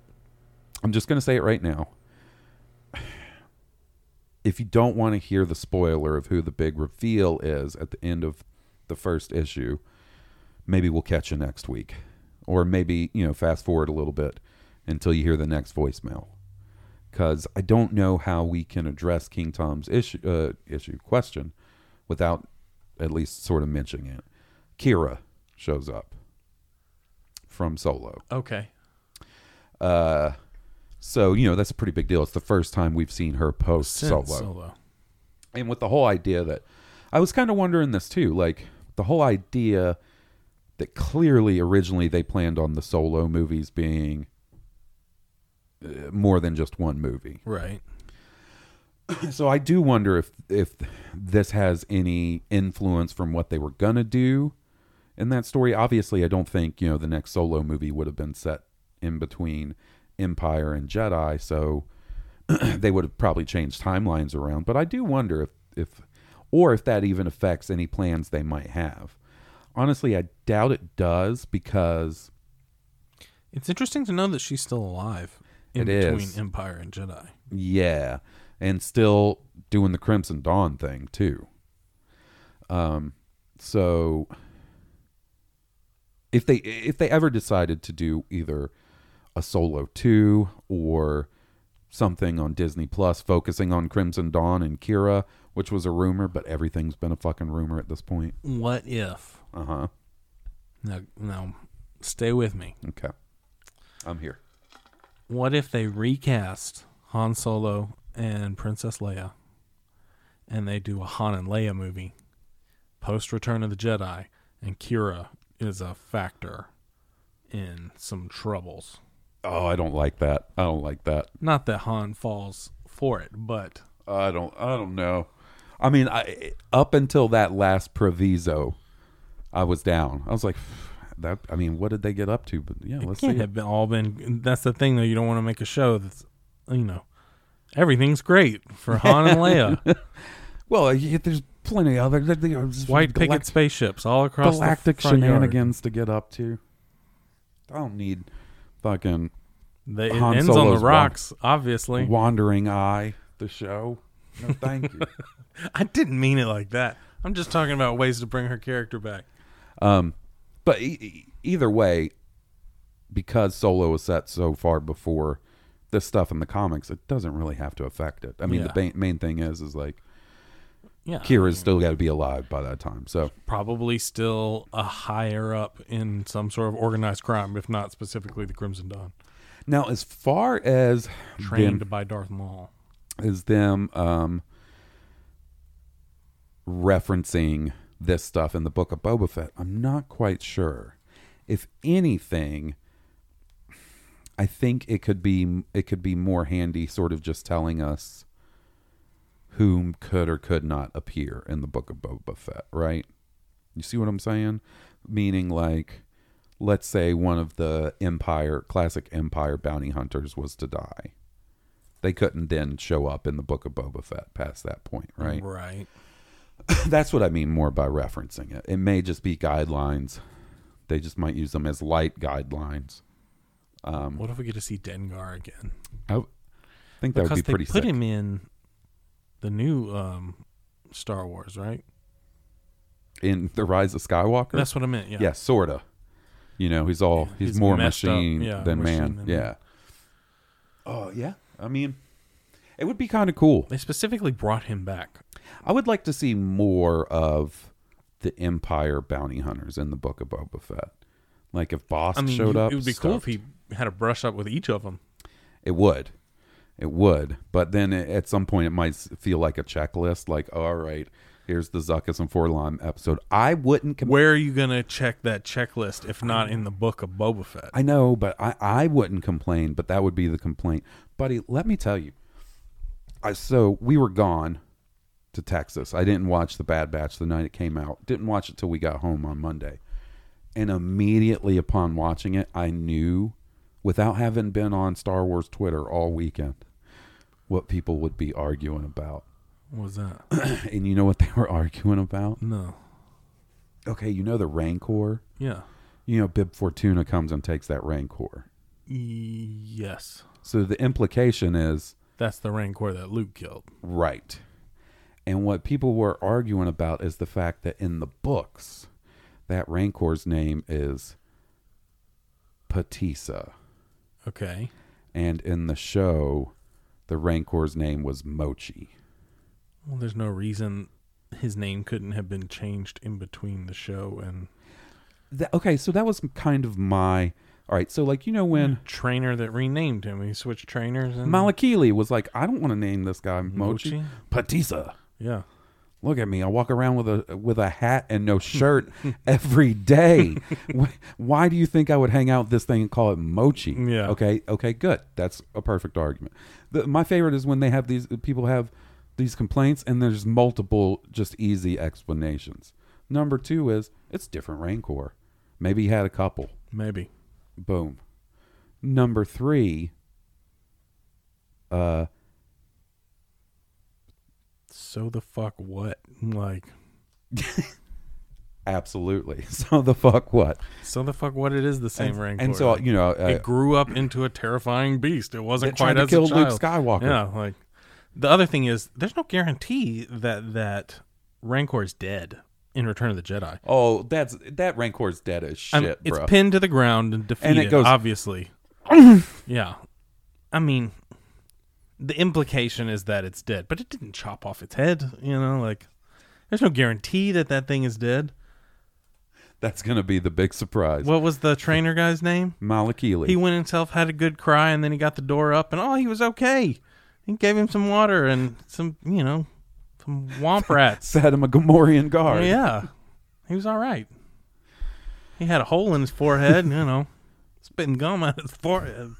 I'm just gonna say it right now. If you don't want to hear the spoiler of who the big reveal is at the end of the first issue, maybe we'll catch you next week, or maybe you know fast forward a little bit until you hear the next voicemail, because I don't know how we can address King Tom's issue uh, issue question without at least sort of mentioning it. Kira shows up from Solo.
Okay.
Uh, so you know that's a pretty big deal. It's the first time we've seen her post
Since
solo.
Solo.
and with the whole idea that I was kind of wondering this too, like the whole idea that clearly originally they planned on the solo movies being uh, more than just one movie,
Right.
so I do wonder if if this has any influence from what they were gonna do in that story. Obviously, I don't think you know the next solo movie would have been set in between Empire and Jedi, so they would have probably changed timelines around. But I do wonder if if or if that even affects any plans they might have. Honestly, I doubt it does because
It's interesting to know that she's still alive in
It is.
between Empire and Jedi.
Yeah, and still doing the Crimson Dawn thing too. Um, so if they if they ever decided to do either a solo two or something on Disney Plus focusing on Crimson Dawn and Kira, which was a rumor, but everything's been a fucking rumor at this point.
What if?
Uh huh.
Now, now, stay with me.
Okay, I'm here.
What if they recast Han Solo and Princess Leia and they do a Han and Leia movie post Return of the Jedi and Kira is a factor in some troubles?
Oh, I don't like that. I don't like that.
Not that Han falls for it, but
I don't. I don't know. I mean, I up until that last proviso, I was down. I was like, that. I mean, what did they get up to? But yeah,
it
let's see.
can't have been all been. That's the thing though. You don't want to make a show that's, you know, everything's great for Han and Leia.
well, yeah, there's plenty of other there- there's
White
galact-
picket spaceships all across the
galactic
front yard.
shenanigans to get up to. I don't need fucking.
The, it
Han
ends on
Solo's
the
wan-
rocks, obviously.
Wandering Eye, the show. No, thank you.
I didn't mean it like that. I'm just talking about ways to bring her character back.
Um, but e- e- either way, because Solo was set so far before this stuff in the comics, it doesn't really have to affect it. I mean, the ba- main thing is, is like,
Yeah,
Kira's still got to be alive by that time. So
Probably still a higher up in some sort of organized crime, if not specifically the Crimson Dawn,
now, as far as them-
trained by Darth Maul.
is them um, referencing this stuff in the book of Boba Fett. I'm not quite sure. If anything, I think it could be it could be more handy, sort of just telling us whom could or could not appear in the book of Boba Fett, right? You see what I'm saying? Meaning, like, let's say one of the Empire classic Empire bounty hunters was to die they couldn't then show up in the book of Boba Fett past that point, right?
Right.
That's what I mean more by referencing it. It may just be guidelines. They just might use them as light guidelines. Um,
What if we get to see Dengar again?
I w- think that would
because
be
they
pretty
put
sick.
him in the new um, Star Wars, right?
in The Rise of Skywalker.
That's what I meant, yeah.
Yeah, sorta. You know, he's all he's,
he's
more
messed up,
machine
yeah,
than
machine
man.
than
yeah. Oh yeah. I mean, it would be kind of cool.
They specifically brought him back.
I would like to see more of the Empire bounty hunters in the Book of Boba Fett. Like if Boss
I mean,
showed
you-
up,
it would be
stuff-
cool if he had a brush up with each of them.
It would. It would. But then it, at some point, it might s- feel like a checklist. Like, all right, here's the Zuckus and Forlon episode. I wouldn't. Com-
Where are you going to check that checklist if not in the book of Boba Fett?
I know, but I, I wouldn't complain. But that would be the complaint, buddy. Let me tell you. I so we were gone to Texas. I didn't watch the Bad Batch the night it came out. Didn't watch it till we got home on Monday. And immediately upon watching it, I knew, without having been on Star Wars Twitter all weekend, what people would be arguing about.
What was that?
and you know what they were arguing about?
No.
Okay, you know the Rancor?
Yeah.
You know, Bib Fortuna comes and takes that Rancor.
Yes.
So the implication is
That's the Rancor that Luke killed.
right. And what people were arguing about is the fact that in the books, that Rancor's name is Patissa.
Okay.
And in the show, The Rancor's name was Mochi.
Well, there's no reason his name couldn't have been changed in between the show and
Th- okay, so that was kind of my. All right, so like you know when
trainer that renamed him. He switched trainers and
Malakili was like, I don't want to name this guy Mochi,
Hmm. Mochi?
Patisa.
Yeah.
Look at me. I walk around with a with a hat and
Hmm.
no shirt every day. Wh- Why do you think I would hang out with this thing and call it Mochi? Yeah. Okay. Okay. Good. That's a perfect argument. The, my favorite is when they have these people have these complaints and there's multiple just easy explanations. Number two is it's different Rancor. Maybe he had a couple.
Maybe.
Boom. Number three. Uh,
so the fuck what? Like
absolutely. So the fuck what?
so the fuck what? It is the same
And-
ring.
and so, you know, uh,
it grew up into a terrifying beast. It wasn't
That
quite
tried to
as
kill
a
Luke
child.
Skywalker.
Yeah, like the other thing is, there's no guarantee that that Rancor is dead in Return of the Jedi.
Oh, that's that Rancor's dead as shit,
I'm- it's
bro.
pinned to the ground and defeated.
it goes-
obviously. yeah, I mean, the implication is that it's dead, but it didn't chop off its head. You know, like there's no guarantee that that thing is dead.
That's gonna be the big surprise.
What was the trainer guy's name?
Malakili.
He went himself, had a good cry, and then he got the door up, and oh, he was okay. He gave him some water and some, you know, some womp rats.
set him a Gamorrean guard.
Yeah, he was all right. He had a hole in his forehead, you know, spitting gum out his forehead.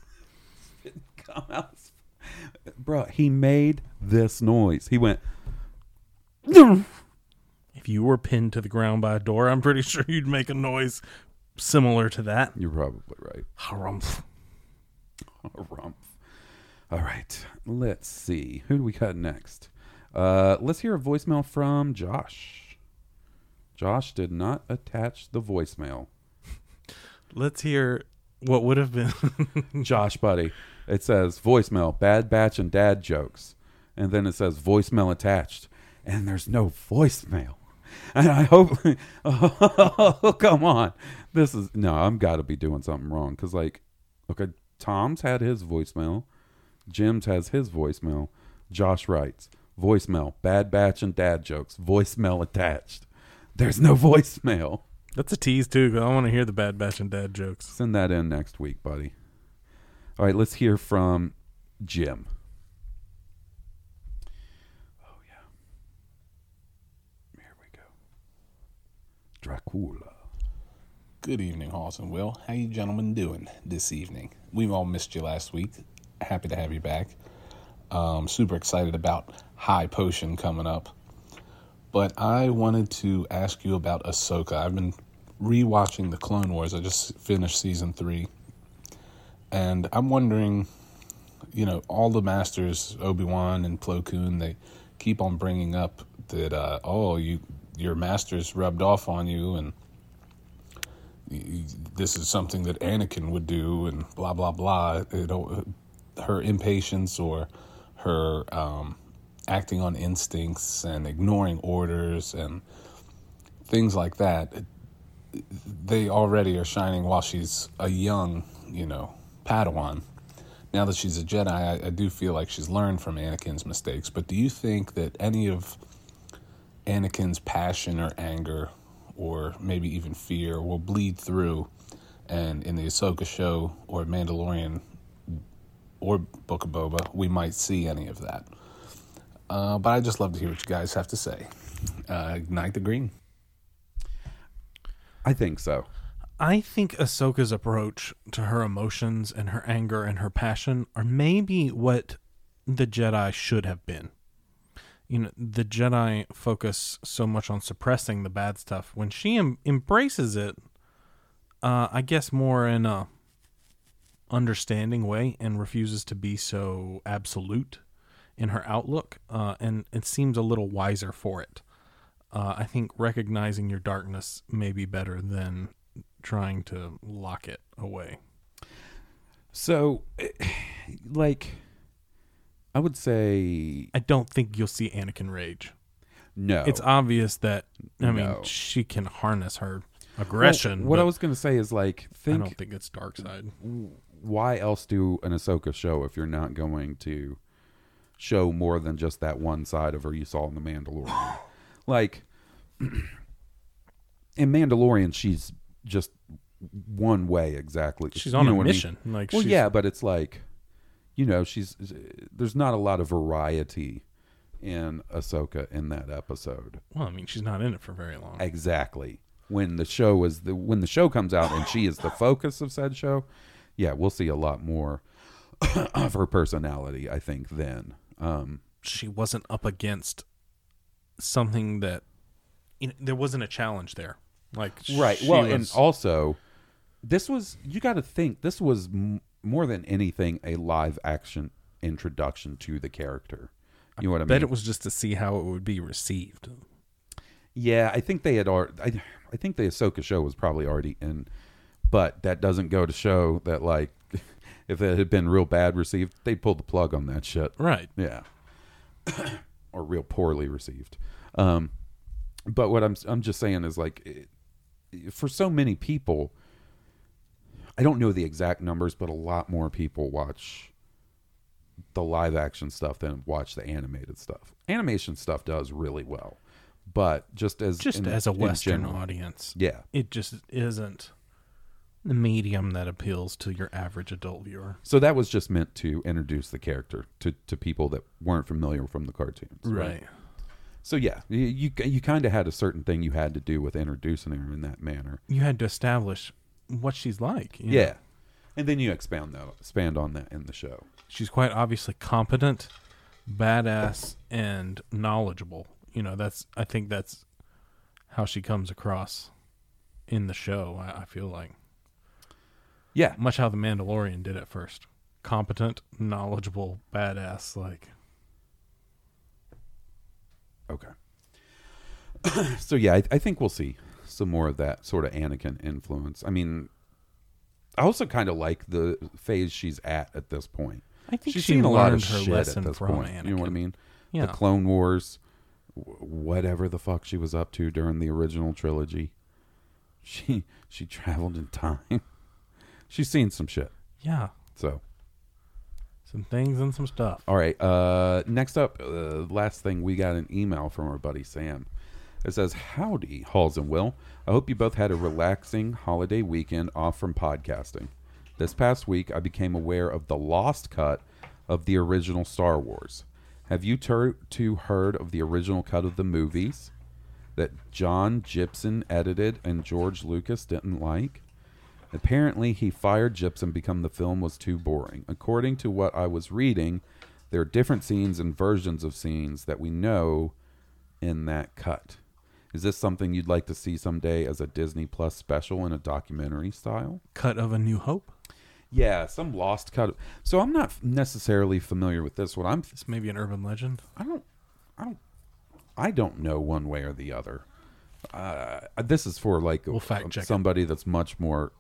bro. He made this noise. He went.
If you were pinned to the ground by a door, I'm pretty sure you'd make a noise similar to that.
You're probably right.
Harumph.
Harumph. All right, let's see who do we got next. Uh, let's hear a voicemail from Josh. Josh did not attach the voicemail.
Let's hear what would have been.
Josh, buddy. It says voicemail, bad batch, and dad jokes. And then it says voicemail attached. And there's no voicemail. And I hope, oh, come on. This is, no, I'm got to be doing something wrong. Because, like, okay, Tom's had his voicemail. Jim's has his voicemail. Josh writes, voicemail, bad batch, and dad jokes. Voicemail attached. There's no voicemail.
That's a tease too, 'cause I want to hear the bad batch and dad jokes.
Send that in next week, buddy. All right, let's hear from Jim. Oh yeah. Here we go. Dracula.
Good evening, Hawes and Will. How you gentlemen doing this evening? We've all missed you last week. Happy to have you back. Um, super excited about High Potion coming up. But I wanted to ask you about Ahsoka. I've been rewatching the Clone Wars. I just finished season three. And I'm wondering, you know, all the masters, Obi Wan and Plo Koon, they keep on bringing up that, uh, oh, you your masters rubbed off on you and this is something that Anakin would do, and blah blah blah. You know, her impatience or her um, acting on instincts and ignoring orders and things like that. They already are shining while she's a young, you know, Padawan. Now that she's a Jedi, I, I do feel like she's learned from Anakin's mistakes. But do you think that any of Anakin's passion or anger or maybe even fear will bleed through and in the Ahsoka show or Mandalorian or Book of Boba, we might see any of that. Uh, but I just love to hear what you guys have to say. Uh, ignite the green.
I think so.
I think Ahsoka's approach to her emotions and her anger and her passion are maybe what the Jedi should have been. You know, the Jedi focus so much on suppressing the bad stuff. When she em- embraces it, uh, I guess more in a understanding way and refuses to be so absolute in her outlook, uh, and it seems a little wiser for it. Uh, I think recognizing your darkness may be better than trying to lock it away.
So, eh, like, I would say
I don't think you'll see Anakin rage.
No.
it's obvious that I mean
Oh. No.
she can harness her aggression.
Well, what I
but
was gonna say is like,
I
think
don't think it's dark side.
why else do an Ahsoka show if you're not going to show more than just that one side of her you saw in the Mandalorian. like in Mandalorian, she's just one way exactly.
She's on a mission. Like,
well,
she's-
yeah, but it's like, you know, she's there's not a lot of variety in Ahsoka in that episode.
Well, I mean, she's not in it for very long.
Exactly. When the show is the when the show comes out and she is the focus of said show, yeah, we'll see a lot more of her personality. I think then. Um,
she wasn't up against something that you know, there wasn't a challenge there. Like
right
she
well and
was-
also this was you got to think this was m- more than anything a live action introduction to the character you know what i
bet
mean
it was just to see how it would be received.
yeah i think they had already I, I think the ahsoka show was probably already in but that doesn't go to show that like if it had been real bad received they'd pull the plug on that shit
Right.
yeah or real poorly received. Um, but what I'm I'm just saying is like, it, for so many people, I don't know the exact numbers, but a lot more people watch the live action stuff than watch the animated stuff. Animation stuff does really well, but just as
Just
in-
as a
in
Western
general-
audience,
yeah,
it just isn't the medium that appeals to your average adult viewer.
So that was just meant to introduce the character to, to people that weren't familiar from the cartoons.
Right.
So yeah, you you, you kind of had a certain thing you had to do with introducing her in that manner.
You had to establish what she's like. you know?
Yeah. And then you expound that expand on that in the show.
she's quite obviously competent, badass, and knowledgeable. You know, that's I think that's how she comes across in the show. I, I feel like,
yeah,
much how the Mandalorian did at first: competent, knowledgeable, badass. Like,
okay, so yeah, I, I think we'll see some more of that sort of Anakin influence. I mean, I also kind of like the phase she's at at this point.
I think
she's
she
seen a lot of
learned her
shit
lesson
at this
from
point. You know what I
Anakin.
mean?
Yeah.
The Clone Wars, wh- whatever the fuck she was up to during the original trilogy, she she traveled in time. she's seen some shit.
Yeah.
So
some things and some stuff.
All right. Uh, next up, uh, last thing, we got an email from our buddy Sam. It says, Howdy, Halls and Will. I hope you both had a relaxing holiday weekend off from podcasting. This past week, I became aware of the lost cut of the original Star Wars. Have you tur- two heard of the original cut of the movies that John Gibson edited and George Lucas didn't like? Apparently, he fired Gibson because the film was too boring. According to what I was reading, there are different scenes and versions of scenes that we know in that cut. Is this something you'd like to see someday as a Disney Plus special in a documentary style?
Cut of a New Hope.
Yeah, some lost cut. of- So I'm not necessarily familiar with this one. I'm
This may be an urban legend.
I don't. I don't. I don't know one way or the other. Uh, this is for like
fact check it.
somebody that's much more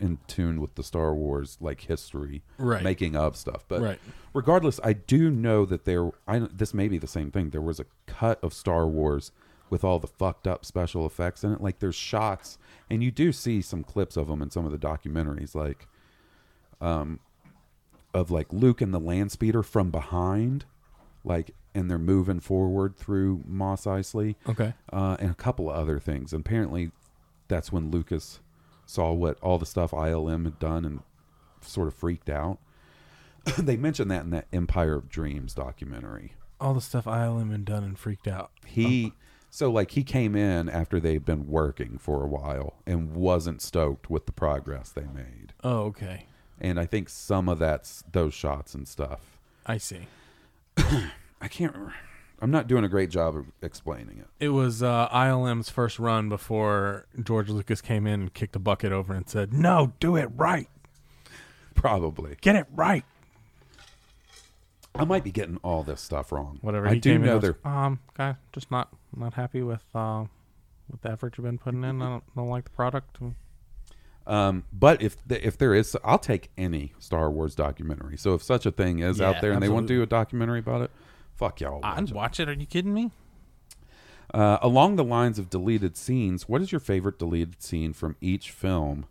in tune with the Star Wars like history,
Right.
Making of stuff, but
Right.
regardless, I do know that there. I this may be the same thing. There was a cut of Star Wars with all the fucked up special effects in it. Like there's shots, and you do see some clips of them in some of the documentaries, like, um, of like Luke and the land speeder from behind, like, and they're moving forward through Moss Isley.
Okay.
Uh, and a couple of other things. And apparently, that's when Lucas saw what all the stuff ILM had done and sort of freaked out. they mentioned that in that Empire of Dreams documentary.
All the stuff ILM had done and freaked out.
He so like he came in after they'd been working for a while and wasn't stoked with the progress they made.
Oh, okay.
And I think some of that's those shots and stuff.
I see.
I can't remember. I'm not doing a great job of explaining it.
It was uh, ILM's first run before George Lucas came in and kicked a bucket over and said, "No, do it right.
Probably.
Get it right."
I might be getting all this stuff wrong.
Whatever.
I
he
do
came in
know
and
there
was, Um, guy, just not not happy with uh, with the effort you've been putting in. I don't, don't like the product.
Um, but if the, if there is, I'll take any Star Wars documentary. So if such a thing is out
Yeah,
there and they want to do a documentary about it, fuck y'all.
I'd watch it. Are you kidding me?
Uh, along the lines of deleted scenes, what is your favorite deleted scene from each film,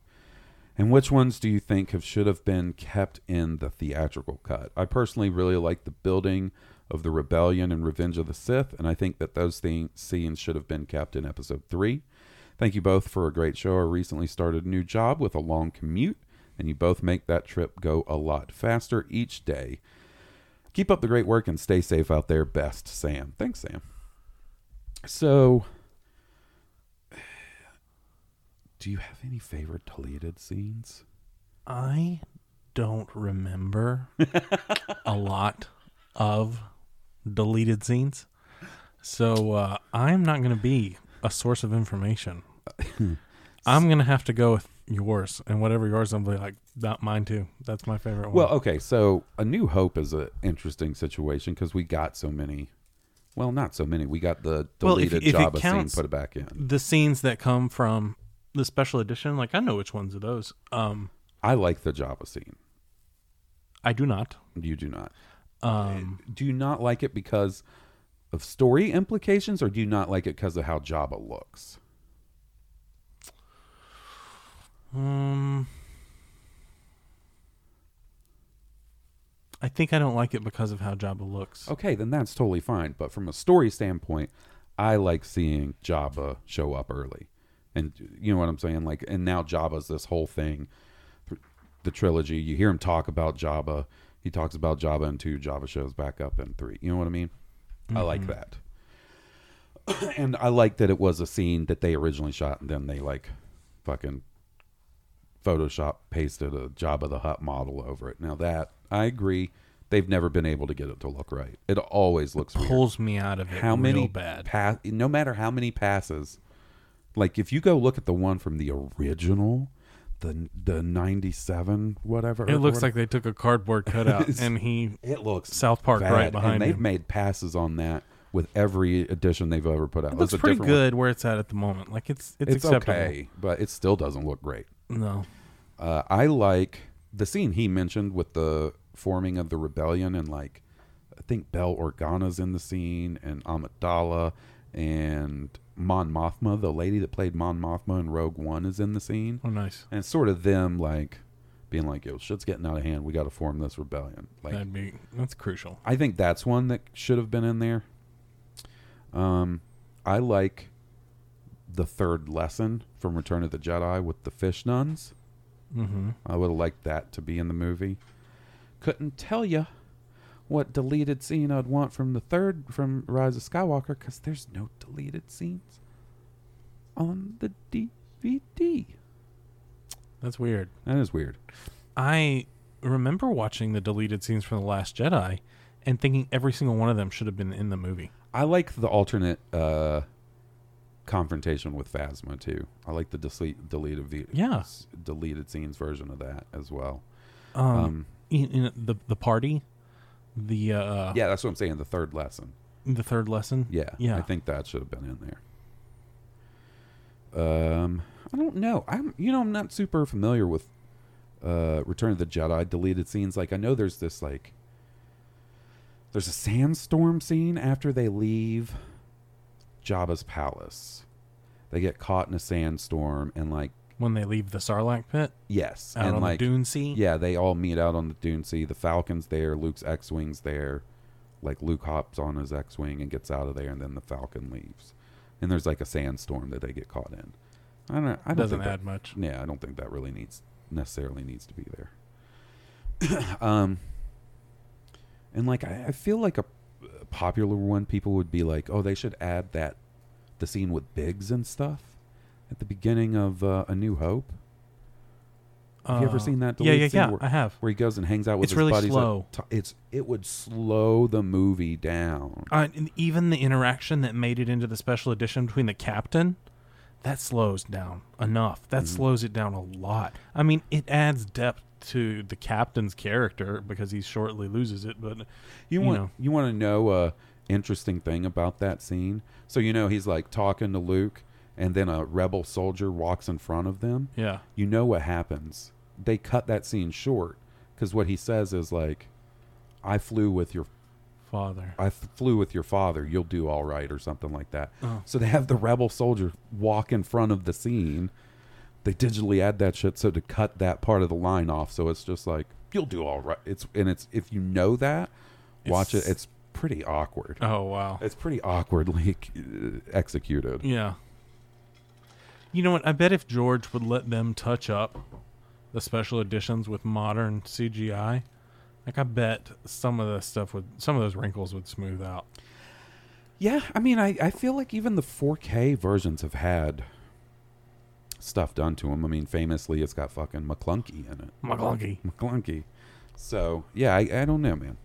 and which ones do you think have should have been kept in the theatrical cut? I personally really like the building of the Rebellion and Revenge of the Sith, and I think that those thing- scenes should have been kept in episode three. Thank you both for a great show. I recently started a new job with a long commute, and you both make that trip go a lot faster each day. Keep up the great work and stay safe out there. Best, Sam. Thanks, Sam. So, do you have any favorite deleted scenes?
I don't remember a lot of deleted scenes. So uh, I'm not going to be a source of information. I'm going to have to go with yours and whatever yours, I'm gonna be like, that mine too. That's my favorite one.
Well, okay, so A New Hope is an interesting situation because we got so many. Well, not so many. We got the
Well, if-
deleted
if it
Jabba
counts-
scene put back in.
the scenes that come from the special edition, like I know which ones are those. Um,
I like the Jabba scene.
I do not.
You do not.
Um,
do you not like it because of story implications, or do you not like it because of how Jabba looks?
Um, I think I don't like it because of how Jabba looks.
Okay, then that's totally fine. But from a story standpoint, I like seeing Jabba show up early, and you know what I'm saying. Like, and now Jabba's this whole thing, the trilogy. You hear him talk about Jabba. He talks about Jabba in two. Jabba shows back up in three. You know what I mean? I like
Mm-hmm.
Mhm.
that. and I like that it was a scene that they originally shot, and then they like fucking Photoshop pasted a Jabba the Hutt model over it. Now that I agree, they've never been able to get it to look right. It always looks weird.
pulls me out of it
How
real
many
bad.
pa- no matter how many passes, like if you go look at the one from the original, the the ninety seven whatever, or
It looks
whatever-
like they took a cardboard cutout and he
it looks
South Park
bad,
right behind
And
him.
they've made passes on that with every edition they've ever put out.
It looks
That's a
pretty
different one.
good where it's at at the moment. Like it's it's, acceptable.
okay, but it still doesn't look great.
No.
uh, I like the scene he mentioned with the forming of the rebellion, and like I think Bell Organa's in the scene, and Amidala, and Mon Mothma, the lady that played Mon Mothma in Rogue One, is in the scene.
Oh, nice.
And it's sort of them like being like, "Yo, shit's getting out of hand. We got to form this rebellion." Like
That'd be that's crucial.
I think that's one that should have been in there. Um, I like the third lesson from Return of the Jedi with the fish nuns.
Mhm.
I would have liked that to be in the movie. Couldn't tell you what deleted scene I'd want from the third from Rise of Skywalker because there's no deleted scenes on the DVD.
That's weird.
That is weird.
I remember watching the deleted scenes from The Last Jedi and thinking every single one of them should have been in the movie.
I like the alternate uh, confrontation with Phasma too. I like the delete, deleted v-
Yeah.
s- deleted scenes version of that as well.
Um, in, in the the party, the uh
yeah, that's what I'm saying. The third lesson.
the third lesson.
Yeah,
Yeah.
I think that should have been in there. Um, I don't know. I'm you know I'm not super familiar with uh, Return of the Jedi deleted scenes. Like I know there's this like there's a sandstorm scene after they leave Jabba's palace. They get caught in a sandstorm and like
when they leave the Sarlacc pit.
Yes,
Out on the dune sea?
Yeah, they all meet out on the dune sea. The Falcon's there. Luke's X-wing's there. Like Luke hops on his X-wing and gets out of there, and then the Falcon leaves. And there's like a sandstorm that they get caught in. I don't. I don't
Doesn't
think that-
add much.
Yeah, I don't think that really needs necessarily needs to be there. um, and like I, I feel like a a popular one, people would be like, "Oh, they should add that the scene with Biggs and stuff at the beginning of uh, A New Hope." Have you ever
Uh,
seen that?
yeah, yeah,
deleted scene
yeah,
Where,
I have.
Where he goes and hangs out with
It's
his
really
buddies. at
slow.
t- it's it would slow the movie down.
Uh, and even the interaction that made it into the special edition between the captain, that slows down enough. That
Mhm.
slows it down a lot. I mean, it adds depth to the captain's character because he shortly loses it. But
You want
know,
you want to know a interesting thing about that scene? So you know he's like talking to Luke, and then a rebel soldier walks in front of them.
Yeah.
you know what happens? They cut that scene short because what he says is like, "I flew with your
Father.
I f- flew with your father. You'll do all right, or something like that."
Oh.
So they have the rebel soldier walk in front of the scene. They digitally add that shit so to cut that part of the line off. So it's just like you'll do all right. It's and it's if you know that, watch it. It's pretty awkward.
Oh, wow.
It's pretty awkwardly uh, executed.
Yeah. You know what? I bet if George would let them touch up the special editions with modern CGI, like I bet some of the stuff would, some of those wrinkles would smooth out.
Yeah, I mean, I, I feel like even the 4K versions have had stuff done to them. I mean, famously, it's got fucking McClunky in it.
McClunky.
McClunky. So, yeah, I, I don't know, man.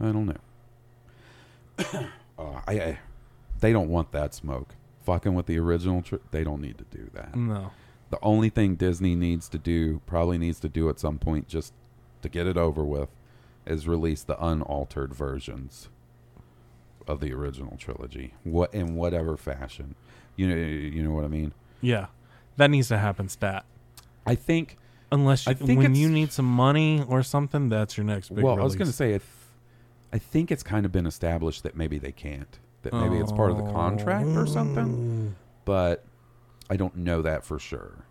I don't know. uh, I, I, they don't want that smoke. Fucking with the original, tr- they don't need to do that.
No.
The only thing Disney needs to do, probably needs to do at some point, just to get it over with, is release the unaltered versions of the original trilogy, what in whatever fashion. You know, you know what I mean.
Yeah, that needs to happen. Stat.
I think
unless you,
I think
when
it's-
you need some money or something, that's your next big.
well, I was going to
release.
say, I, th- I think it's kind of been established that maybe they can't. That maybe it's part of the contract or something. But I don't know that for sure.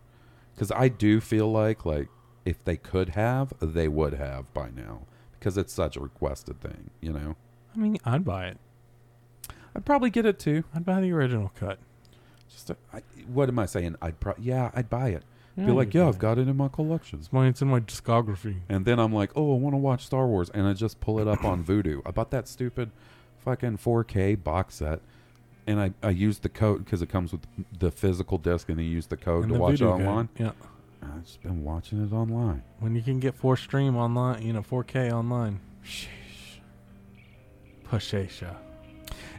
Because I do feel like like if they could have, they would have by now. Because it's such a requested thing, you know.
I mean, I'd buy it.
I'd probably get it too.
I'd buy the original cut.
Just a, I, what am I saying? I'd pro- yeah, I'd buy it.
Yeah,
Be like,
you'd
yeah, I've got it in my collection.
It's mine. It's in my discography.
And then I'm like, oh, I want to watch Star Wars, and I just pull it up on Vudu. I bought that stupid fucking 4K box set, and I, I used the code because it comes with the physical disc, and you use the code to
And the
watch it
Vudu code,
online.
yeah.
I've just been watching it online.
When you can get four stream online, you know, 4K online. Sheesh. Pashasha.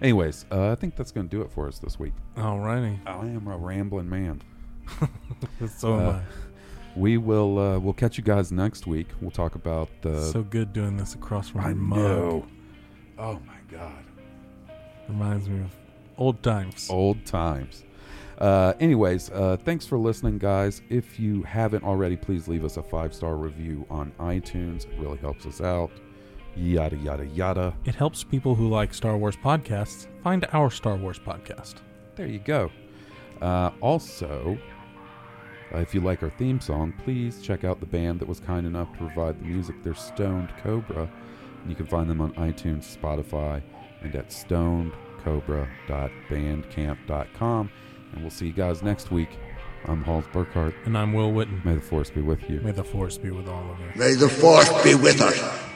Anyways, uh, I think that's going to do it for us this week.
Alrighty.
I am a rambling man. Uh,
so am I.
We will uh, we'll catch you guys next week. We'll talk about the
so good doing this across from
uh, I
my mug.
know. Oh my god.
Reminds me of old times.
Old times. Uh, anyways, uh, thanks for listening, guys. If you haven't already, please leave us a five star review on iTunes. It really helps us out. Yada, yada, yada.
It helps people who like Star Wars podcasts find our Star Wars podcast.
There you go. Uh, also, uh, if you like our theme song, please check out the band that was kind enough to provide the music. They're Stoned Cobra. And you can find them on iTunes, Spotify, and at stonedcobra.bandcamp.com. And we'll see you guys next week. I'm Halls Burkhardt.
And I'm Will Witten.
May the force be with you.
May the force be with all of you.
May the force be with us.